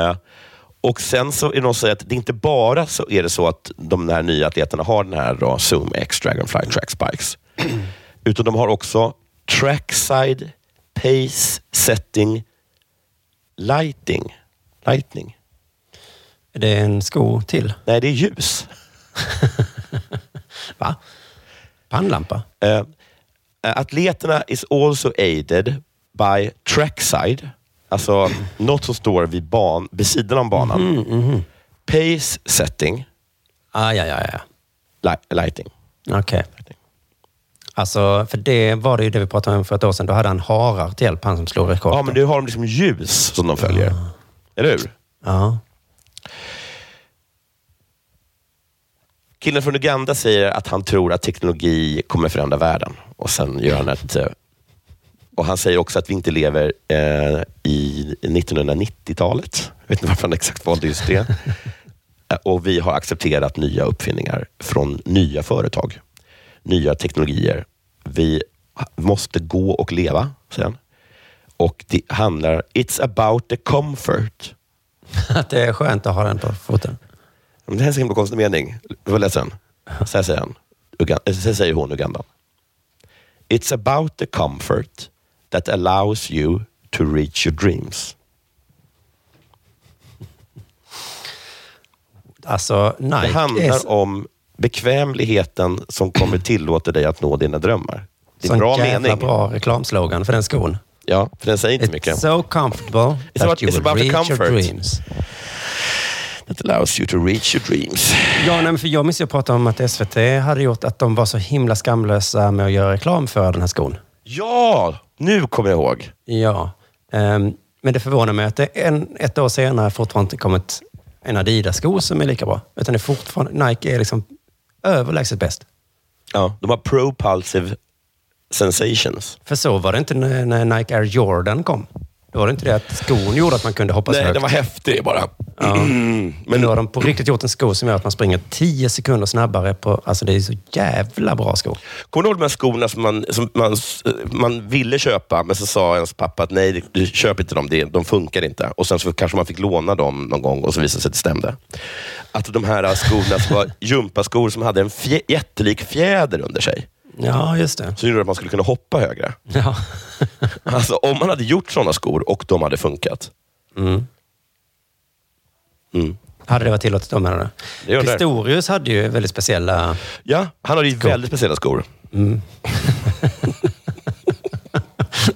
H: Eh, och sen så är det någon som säger att det inte bara så är det så att de här nya atleterna har den här då, Zoom X Dragonfly Track Spikes. Utan de har också trackside, pace, setting, lighting. Lightning.
I: Är det en sko till?
H: Nej, det är ljus.
I: Va? Pannlampa?
H: Eh, atleterna is also aided by trackside. Alltså något som står vid, ban, vid sidan om banan. Pace setting.
I: Ah, ja, ja, ja.
H: Li- lighting.
I: Okej. Alltså, för det var det ju det vi pratade om för ett år sedan. Då hade han harar till hjälp, han som slog rekord.
H: Ja, men nu har de liksom ljus som de följer. Eller hur?
I: Ja.
H: Killen från Uganda säger att han tror att teknologi kommer förändra världen. Och sen gör han ett... eh, Och han säger också att vi inte lever eh, i 1990-talet. Jag vet inte varför han exakt valde just det. Eh, och vi har accepterat nya uppfinningar från nya företag. Nya teknologier. Vi ha- måste gå och leva, säger han. Och det handlar... It's about the comfort.
I: Att det är skönt att ha den på foten.
H: Men Det här är en så himla konstig mening. Du får läsa den. Så här säger, han. Ugan- eh, så här säger hon, Ugandan. It's about the comfort that allows you to reach your dreams.
I: Alltså, Nike
H: det handlar
I: är så-
H: om bekvämligheten som kommer tillåta dig att nå dina drömmar. Det är en
I: Sån
H: bra
I: jävla
H: mening.
I: bra reklamslogan för den skon.
H: Ja, för den säger inte mycket.
I: So comfortable
H: It's
I: that
H: about,
I: you
H: it's
I: will
H: about the
I: reach
H: comfort
I: your dreams.
H: that allows you to reach your dreams.
I: Ja, nej, men för jag minns jag pratade om att SVT hade gjort att de var så himla skamlösa med att göra reklam för den här skon.
H: Ja, nu kommer jag ihåg.
I: Ja, ehm, men det förvånar mig att det en, ett år senare fortfarande inte kommit en Adidas-sko som är lika bra. Utan det är fortfarande, Nike är liksom överlägset bäst.
H: Ja, de har propulsive sensations.
I: För så var det inte när, när Nike Air Jordan kom. Då var det inte det att skon gjorde att man kunde hoppa så
H: Nej,
I: högt.
H: den var häftig bara.
I: Ja. Men nu har de på riktigt gjort en sko som gör att man springer 10 sekunder snabbare. På, alltså det är så jävla bra sko.
H: Kommer du ihåg de här skorna som man, som man, man ville köpa, men så sa ens pappa att nej, du köp inte dem, det- de funkar inte. Och Sen så kanske man fick låna dem någon gång och så visade det sig att det stämde. Att de här skorna som var gympaskor som hade en fjä- jättelik fjäder under sig,
I: Ja, just det.
H: som gjorde att man skulle kunna hoppa högre.
I: Ja.
H: Alltså Om man hade gjort sådana skor och de hade funkat.
I: Mm.
H: Mm.
I: Hade det varit tillåtet då menar
H: Det
I: du?
H: gör det.
I: Pistorius hade ju väldigt speciella...
H: Ja, han hade ju väldigt speciella skor.
I: Mm.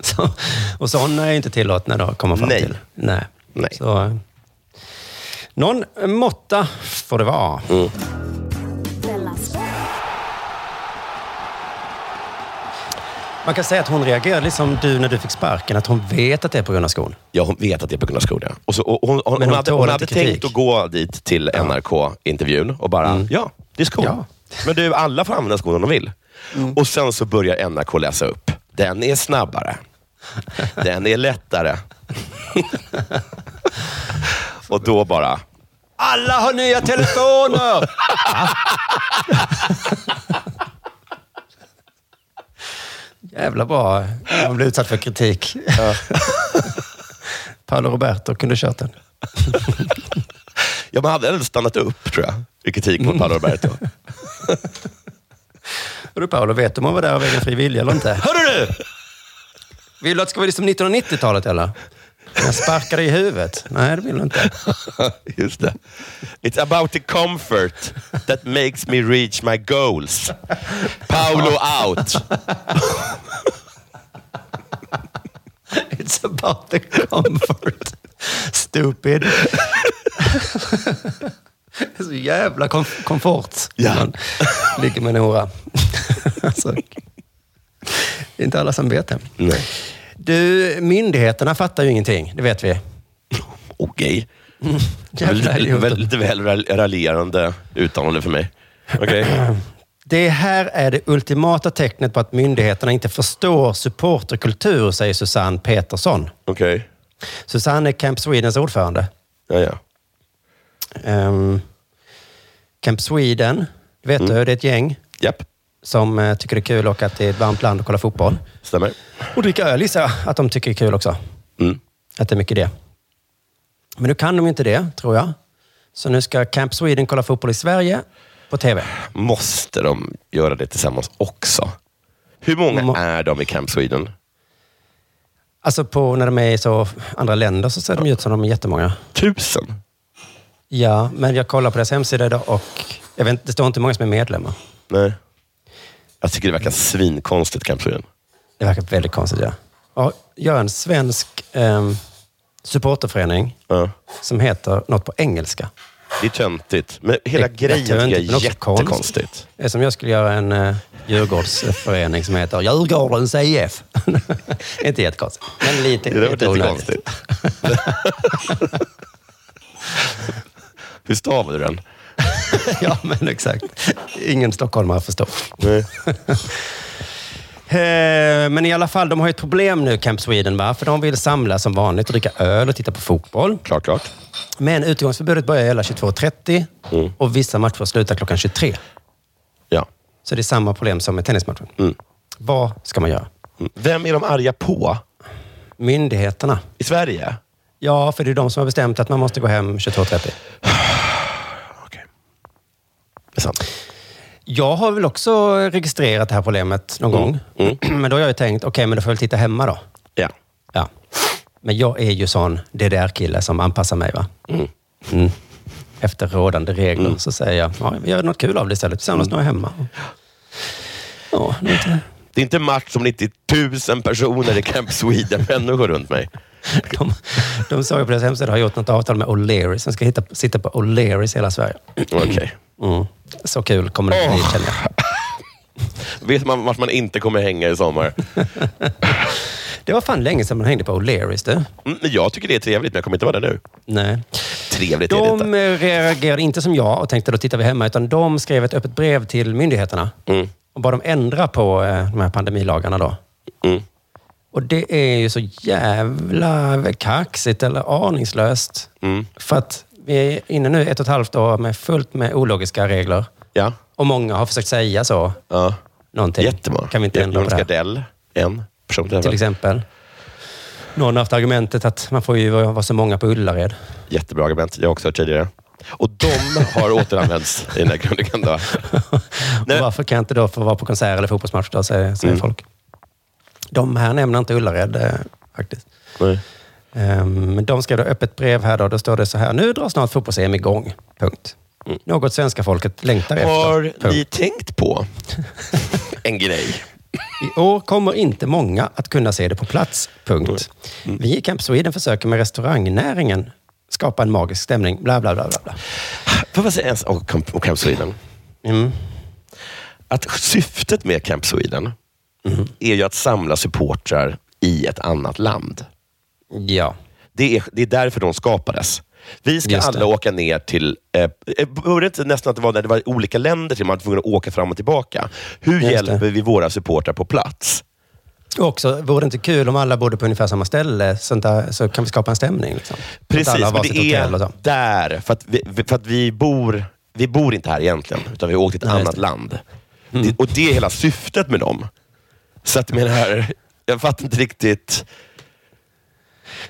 I: så, och sådana är ju inte tillåtna då, kommer fram
H: Nej.
I: till. Nej.
H: Nej.
I: Så, eh, någon måtta får det vara.
H: Mm.
G: Della Sport.
I: Man kan säga att hon reagerade lite som du när du fick sparken, att hon vet att det är på grund av skon.
H: Ja, hon vet att det är på grund av skor. Ja. Och så, och hon, hon,
I: Men
H: hon
I: hon
H: hade,
I: tål
H: hon
I: inte
H: hade
I: kritik. Mm.
H: tänkt att gå dit till NRK-intervjun och bara, ja, det är skor.
I: Ja. Mm.
H: Men du, alla får använda skor om de vill. Och sen så börjar NRK läsa upp. Den är snabbare. Den är lättare. och då bara,
I: Alla har nya telefoner! Jävla bra. Man blir utsatt för kritik. Paolo Roberto kunde kört den.
H: ja, man hade ändå stannat upp tror jag. kritik
I: Mm.
H: mot Paolo Roberto.
I: Hörru Paolo, vet du om han var där av egen fri vilja eller inte?
H: Hörru du!
I: Vill du att det ska vara liksom 1990-talet eller? Jag sparkar dig i huvudet. Nej, det vill du inte.
H: Just det. It's about the comfort that makes me reach my goals. Paolo out.
I: It's about the comfort. Stupid. Det är Så jävla kom komfort.
H: Ja.
I: Man ligger med en hora. alltså, det är inte alla som vet det.
H: Nej.
I: Du, myndigheterna fattar ju ingenting. Det vet vi.
H: Okej.
I: Jävla
H: Väldigt,
I: idioter.
H: väldigt väl ral- raljerande uttalande för mig. Okej.
I: Det här är det ultimata tecknet på att myndigheterna inte förstår supporterkultur, säger Susanne Petersson.
H: Okej.
I: Susanne är Camp Swedens ordförande.
H: Ja, ja.
I: Ehm, Camp Sweden, du vet du, det är ett gäng som eh, tycker det är kul att åka till ett varmt land och kolla fotboll.
H: Stämmer.
I: Och dricka öl gissar jag att de tycker det är kul också.
H: Mm.
I: Att det är mycket det. Men nu kan de ju inte det, tror jag. Så nu ska Camp Sweden kolla fotboll i Sverige på TV.
H: Måste de göra det tillsammans också? Hur många är de i Camp Sweden?
I: Alltså på, när de är i så andra länder så ser de ut som de är jättemånga.
H: Tusen?
I: Ja, men jag kollar på deras hemsida idag och jag vet, inte- det står inte hur många som är medlemmar.
H: Nej. Jag tycker det verkar svinkonstigt, Camp Sweden.
I: Det verkar väldigt konstigt, ja. ja gör en svensk ehm, supporterförening som heter något på engelska.
H: Det är töntigt. Men hela
I: Det-
H: grejen
I: det är
H: tycker
I: inte,
H: jag
I: men
H: är
I: också
H: jättekonstigt.
I: Det är som jag skulle göra en uh, Djurgårdsförening som heter Djurgårdens IF. inte jättekonstigt, men lite
H: Det där var lite
I: onödigt.
H: konstigt. Hur stavar du den?
I: ja, men exakt. Ingen stockholmare förstår. Eh, Men i alla fall, de har ju ett problem nu, Camp Sweden, va? för de vill samlas som vanligt och dricka öl och titta på fotboll.
H: Klart, klart.
I: Men utegångsförbudet börjar gälla 22.30
H: Mm.
I: och vissa matcher slutar klockan 23.
H: Ja.
I: Så det är samma problem som med tennismatchen.
H: Mm.
I: Vad ska man göra?
H: Vem är de arga på?
I: Myndigheterna.
H: I Sverige?
I: Ja, för det är de som har bestämt att man måste gå hem 22.30.
H: Det är sant.
I: Jag har väl också registrerat det här problemet någon gång. Men då har jag ju tänkt, okej, men då får jag väl titta hemma då.
H: Ja.
I: ja. Men jag är ju sån DDR-kille som anpassar mig. va?
H: Mm.
I: Mm. Efter rådande regler så säger jag, ja, vi gör något kul av det istället. Tillsammans när jag är hemma. Ja, det är inte-
H: Det är inte en match som 90 000 personer i Camp Sweden-människor runt mig.
I: De sa ju på deras hemsida har gjort något avtal med O'Leary som ska hitta, sitta på O'Learys i hela Sverige.
H: Okej.
I: Mm. Så kul kommer det bli, känner jag.
H: Vet man vart man inte kommer hänga i sommar?
I: Det var fan länge sedan man hängde på O'Learys, du.
H: Mm, men jag tycker det är trevligt, men jag kommer inte vara där nu.
I: Nej.
H: Trevligt är det inte.
I: De eh, reagerade inte som jag och tänkte då tittar vi hemma, utan de skrev ett öppet brev till myndigheterna
H: Mm.
I: och bad dem ändra på eh, de här pandemilagarna då.
H: Mm.
I: Och det är ju så jävla kaxigt eller aningslöst.
H: Mm.
I: För att vi är inne nu ett och ett halvt år med fullt med ologiska regler.
H: Ja.
I: Och många har försökt säga så.
H: Ja.
I: Någonting.
H: Jättemånga.
I: Kan vi inte ändra på
H: Jonas
I: det här?
H: Gardell, en person. där.
I: Till exempel. Någon har haft argumentet att man får ju vara så många på Ullared.
H: Jättebra argument. Jag har också hört tidigare. Och de har återanvänts i den här krönikan. Då.
I: Och varför kan jag inte då få vara på konsert eller fotbollsmatch då, säger, säger
H: Mm.
I: folk. De här nämner inte Ullared eh, faktiskt.
H: Nej.
I: Ehm, Men de skrev då öppet brev här då. Då står det så här. Nu drar snart fotbolls-EM igång. Punkt. Något svenska folket längtar
H: Har
I: efter.
H: ni
I: Punkt.
H: tänkt på en grej?
I: I år kommer inte många att kunna se det på plats. Punkt. Vi i Camp Sweden försöker med restaurangnäringen skapa en magisk stämning. Bla, bla, bla, bla. bla.
H: Får jag säga en sak om Camp- om Camp Sweden?
I: Mm.
H: Att syftet med Camp Sweden
I: Mm.
H: är ju att samla supportrar i ett annat land.
I: Ja.
H: Det är, det är därför de skapades. Vi ska
I: Just det.
H: alla åka ner till... Eh, eh, var det inte nästan att det var när det var olika länder till man var tvungen att åka fram och tillbaka? Hur
I: Just det.
H: hjälper vi våra supportrar på plats?
I: Och också, vore det inte kul om alla bodde på ungefär samma ställe? Sånt där, så kan vi skapa en stämning. Liksom. Att
H: Precis,
I: alla har
H: men
I: varsitt
H: det
I: hotell och så.
H: är där. För att vi, för att vi, bor, vi bor inte här egentligen, utan vi har åkt till ett
I: Nej, just Mm.
H: annat land. Det, och Det är hela syftet med dem. Så att med det här, jag fattar inte riktigt.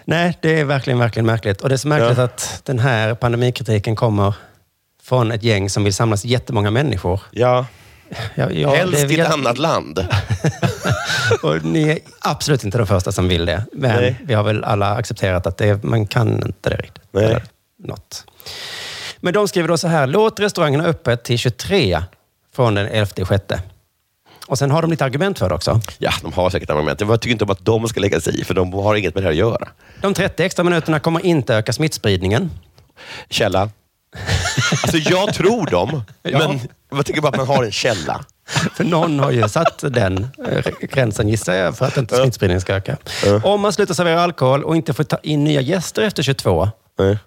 I: Nej, det är verkligen, verkligen märkligt. Och det är så märkligt att den här pandemikritiken kommer från ett gäng som vill samlas jättemånga människor.
H: Ja.
I: Ja, ja,
H: Helst
I: det-
H: i ett annat land.
I: Och ni är absolut inte de första som vill det. Men
H: Nej.
I: vi har väl alla accepterat att det, man kan inte det riktigt. Eller något. Men de skriver då så här. Låt restaurangen ha öppet till 23 från den 11 sjätte. Och sen har de lite argument för det också.
H: Ja, de har säkert argument. Jag tycker inte om att de ska lägga sig i, för de har inget med det här att göra.
I: De 30 extra minuterna kommer inte öka smittspridningen.
H: Källa. Alltså, jag tror dem, men jag tycker bara att man har en källa.
I: För någon har ju satt den eh, gränsen, gissar jag, för att inte smittspridningen ska öka. Om man slutar servera alkohol och inte får ta in nya gäster efter 22, eh,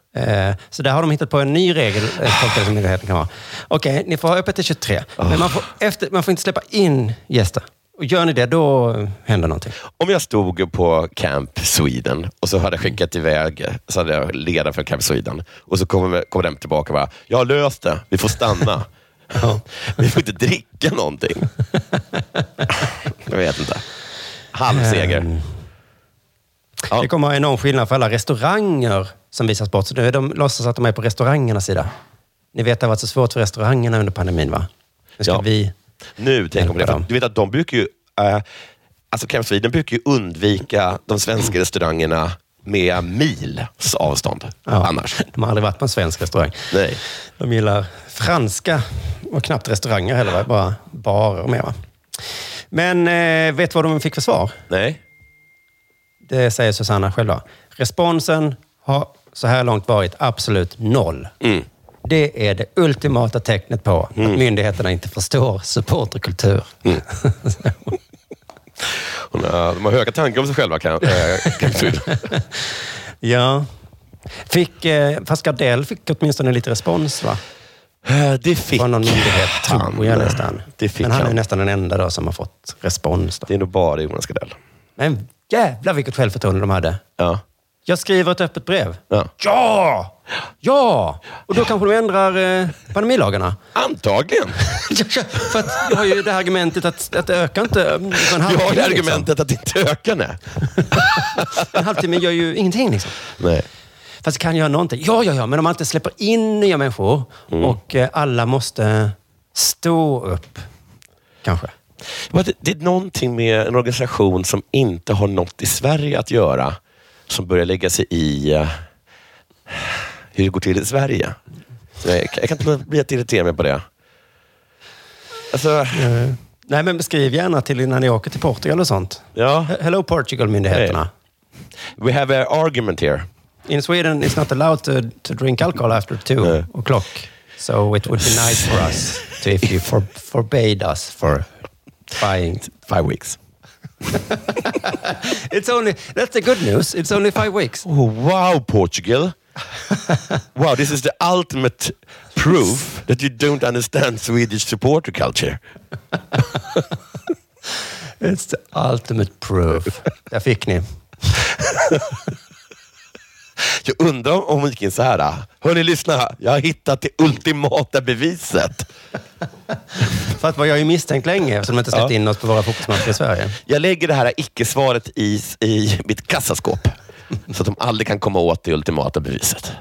I: så där har de hittat på en ny regel, eh, Folkhälsomyndigheten kan ha. Okej, ni får ha öppet till 23, men man får, efter, man får inte släppa in gäster. Och gör ni det, då eh, händer någonting.
H: Om jag stod på Camp Sweden och så hade jag skickat iväg så hade jag ledaren för Camp Sweden och så kommer kom den tillbaka och bara, jag har löst det. Vi får stanna. Vi får inte dricka någonting. jag vet inte. Halvseger.
I: Det kommer att vara enorm skillnad för alla restauranger som visas bort. Så nu är de, låtsas att de är på restaurangernas sida. Ni vet, det har varit så svårt för restaurangerna under pandemin, va? Nu ska vi...
H: Nu tänker jag på det.
I: Hjälpa
H: För
I: dem.
H: du vet att de brukar ju... Eh, alltså Camp Sweden brukar ju undvika de svenska restaurangerna med mils avstånd annars.
I: De har aldrig varit på en svensk restaurang.
H: Nej.
I: De gillar franska och knappt restauranger heller, va? bara barer med. Va? Men eh, vet du vad de fick för svar?
H: Nej.
I: Det säger Susanna själv. då. Responsen har så här långt varit absolut noll.
H: Mm.
I: Det är det ultimata tecknet på att myndigheterna inte förstår supporterkultur.
H: Mm. Hon, har- de har höga tankar om sig själva, Camp, eh, Camp Sweden.
I: Ja. Fick, eh, fast Gardell fick åtminstone lite respons, va?
H: Det fick
I: Från någon myndighet, tror jag nästan.
H: Det fick
I: Men han är
H: han.
I: nästan den enda då som har fått respons. Då.
H: Det är nog bara Jonas Gardell.
I: Men jävlar vilket självförtroende de hade.
H: Ja.
I: Jag skriver ett öppet brev.
H: Ja!
I: Ja! Ja! Och då kanske de ändrar eh, pandemilagarna.
H: Antagligen.
I: För att jag har ju det här argumentet att, att det ökar inte. eh, För en
H: Jag har
I: halvtimme,
H: ju
I: Liksom.
H: argumentet att det inte ökar. Nej.
I: En halvtimme gör ju ingenting. Liksom.
H: nej.
I: Fast det kan göra någonting. Ja, ja, ja, men om man inte släpper in nya människor
H: Mm.
I: och eh, alla måste stå upp, kanske.
H: Vad- Det, det är någonting med en organisation som inte har något i Sverige att göra, som börjar lägga sig i eh, hur det går till i Sverige. Så jag, jag kan inte låta bli att irritera mig på det. Alltså,
I: Nej, men beskriv gärna till innan ni åker till Portugal och sånt.
H: ja.
I: Hello Portugal-myndigheterna.
H: We have an argument here.
I: In Sweden it's not allowed to, to drink alcohol after two o'clock. So it would be nice for us to, if you for, forbade us for buying...
H: Five weeks.
I: It's only, that's the good news. It's only five weeks.
H: Oh, wow, Portugal. wow, this is the ultimate proof that you don't understand Swedish supporter culture.
I: It's the ultimate proof. Där fick ni.
H: Jag undrar om hon gick in så här. Hörni, lyssna. Jag har hittat det ultimata beviset.
I: För att vad jag är misstänkt länge eftersom de inte släppt
H: Ja.
I: in oss på våra fotbollsmatcher i Sverige.
H: Jag lägger det här icke-svaret i, i mitt kassaskåp. Så att de aldrig kan komma åt det ultimata beviset.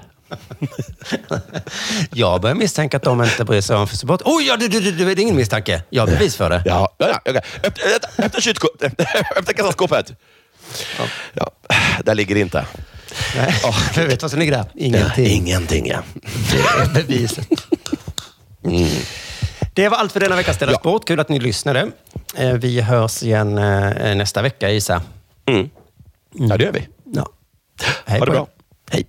I: Jag börjar misstänka att de inte bryr sig om för support. Oj, ja, du, du, du, du, det är ingen misstanke. Jag har bevis för det.
H: Ja, ja, ja. okej. Öppna, öppna, öppna, kylskåpet. öppna kassaskåpet. Ja, där ligger det inte.
I: Nej. Jag vet vad som ligger där. Ingenting.
H: Ingenting, ja.
I: Det är beviset.
H: Mm.
I: Det var allt för denna veckas Della Sport. Kul att ni lyssnade. Eh, Vi hörs igen eh, nästa vecka, Isa.
H: Mm. Ja, det gör vi.
I: Ja. Hej
H: ha det
I: på er.
H: bra. Hej.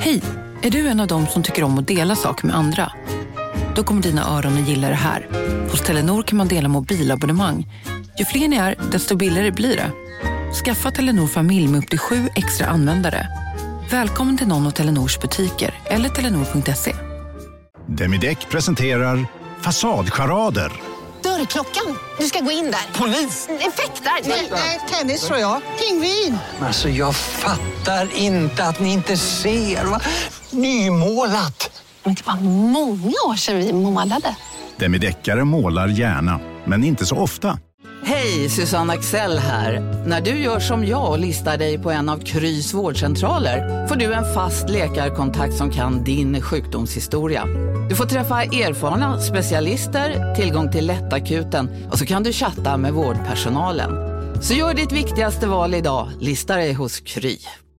Q: Hej! Är du en av dem som tycker om att dela saker med andra? Då kommer dina öron att gilla det här. Hos Telenor kan man dela mobilabonnemang. Ju fler ni är, desto billigare blir det. Skaffa Telenor familj med upp till sju extra användare. Välkommen till någon av Telenors butiker eller telenor.se.
R: Demideck presenterar Fasadcharader.
S: Dörrklockan. Du ska gå in där. Polis? Effektar? Nej, tennis tror jag. Pingvin.
T: Alltså jag fattar inte att ni inte ser. Va? Nymålat!
S: Men det var många år sedan vi målade.
R: Demideckare målar gärna, men inte så ofta.
Q: Hej, Susanne Axel här. När du gör som jag och listar dig på en av Krys vårdcentraler får du en fast läkarkontakt som kan din sjukdomshistoria. Du får träffa erfarna specialister, tillgång till lättakuten och så kan du chatta med vårdpersonalen. Så gör ditt viktigaste val idag, listar dig hos Kry.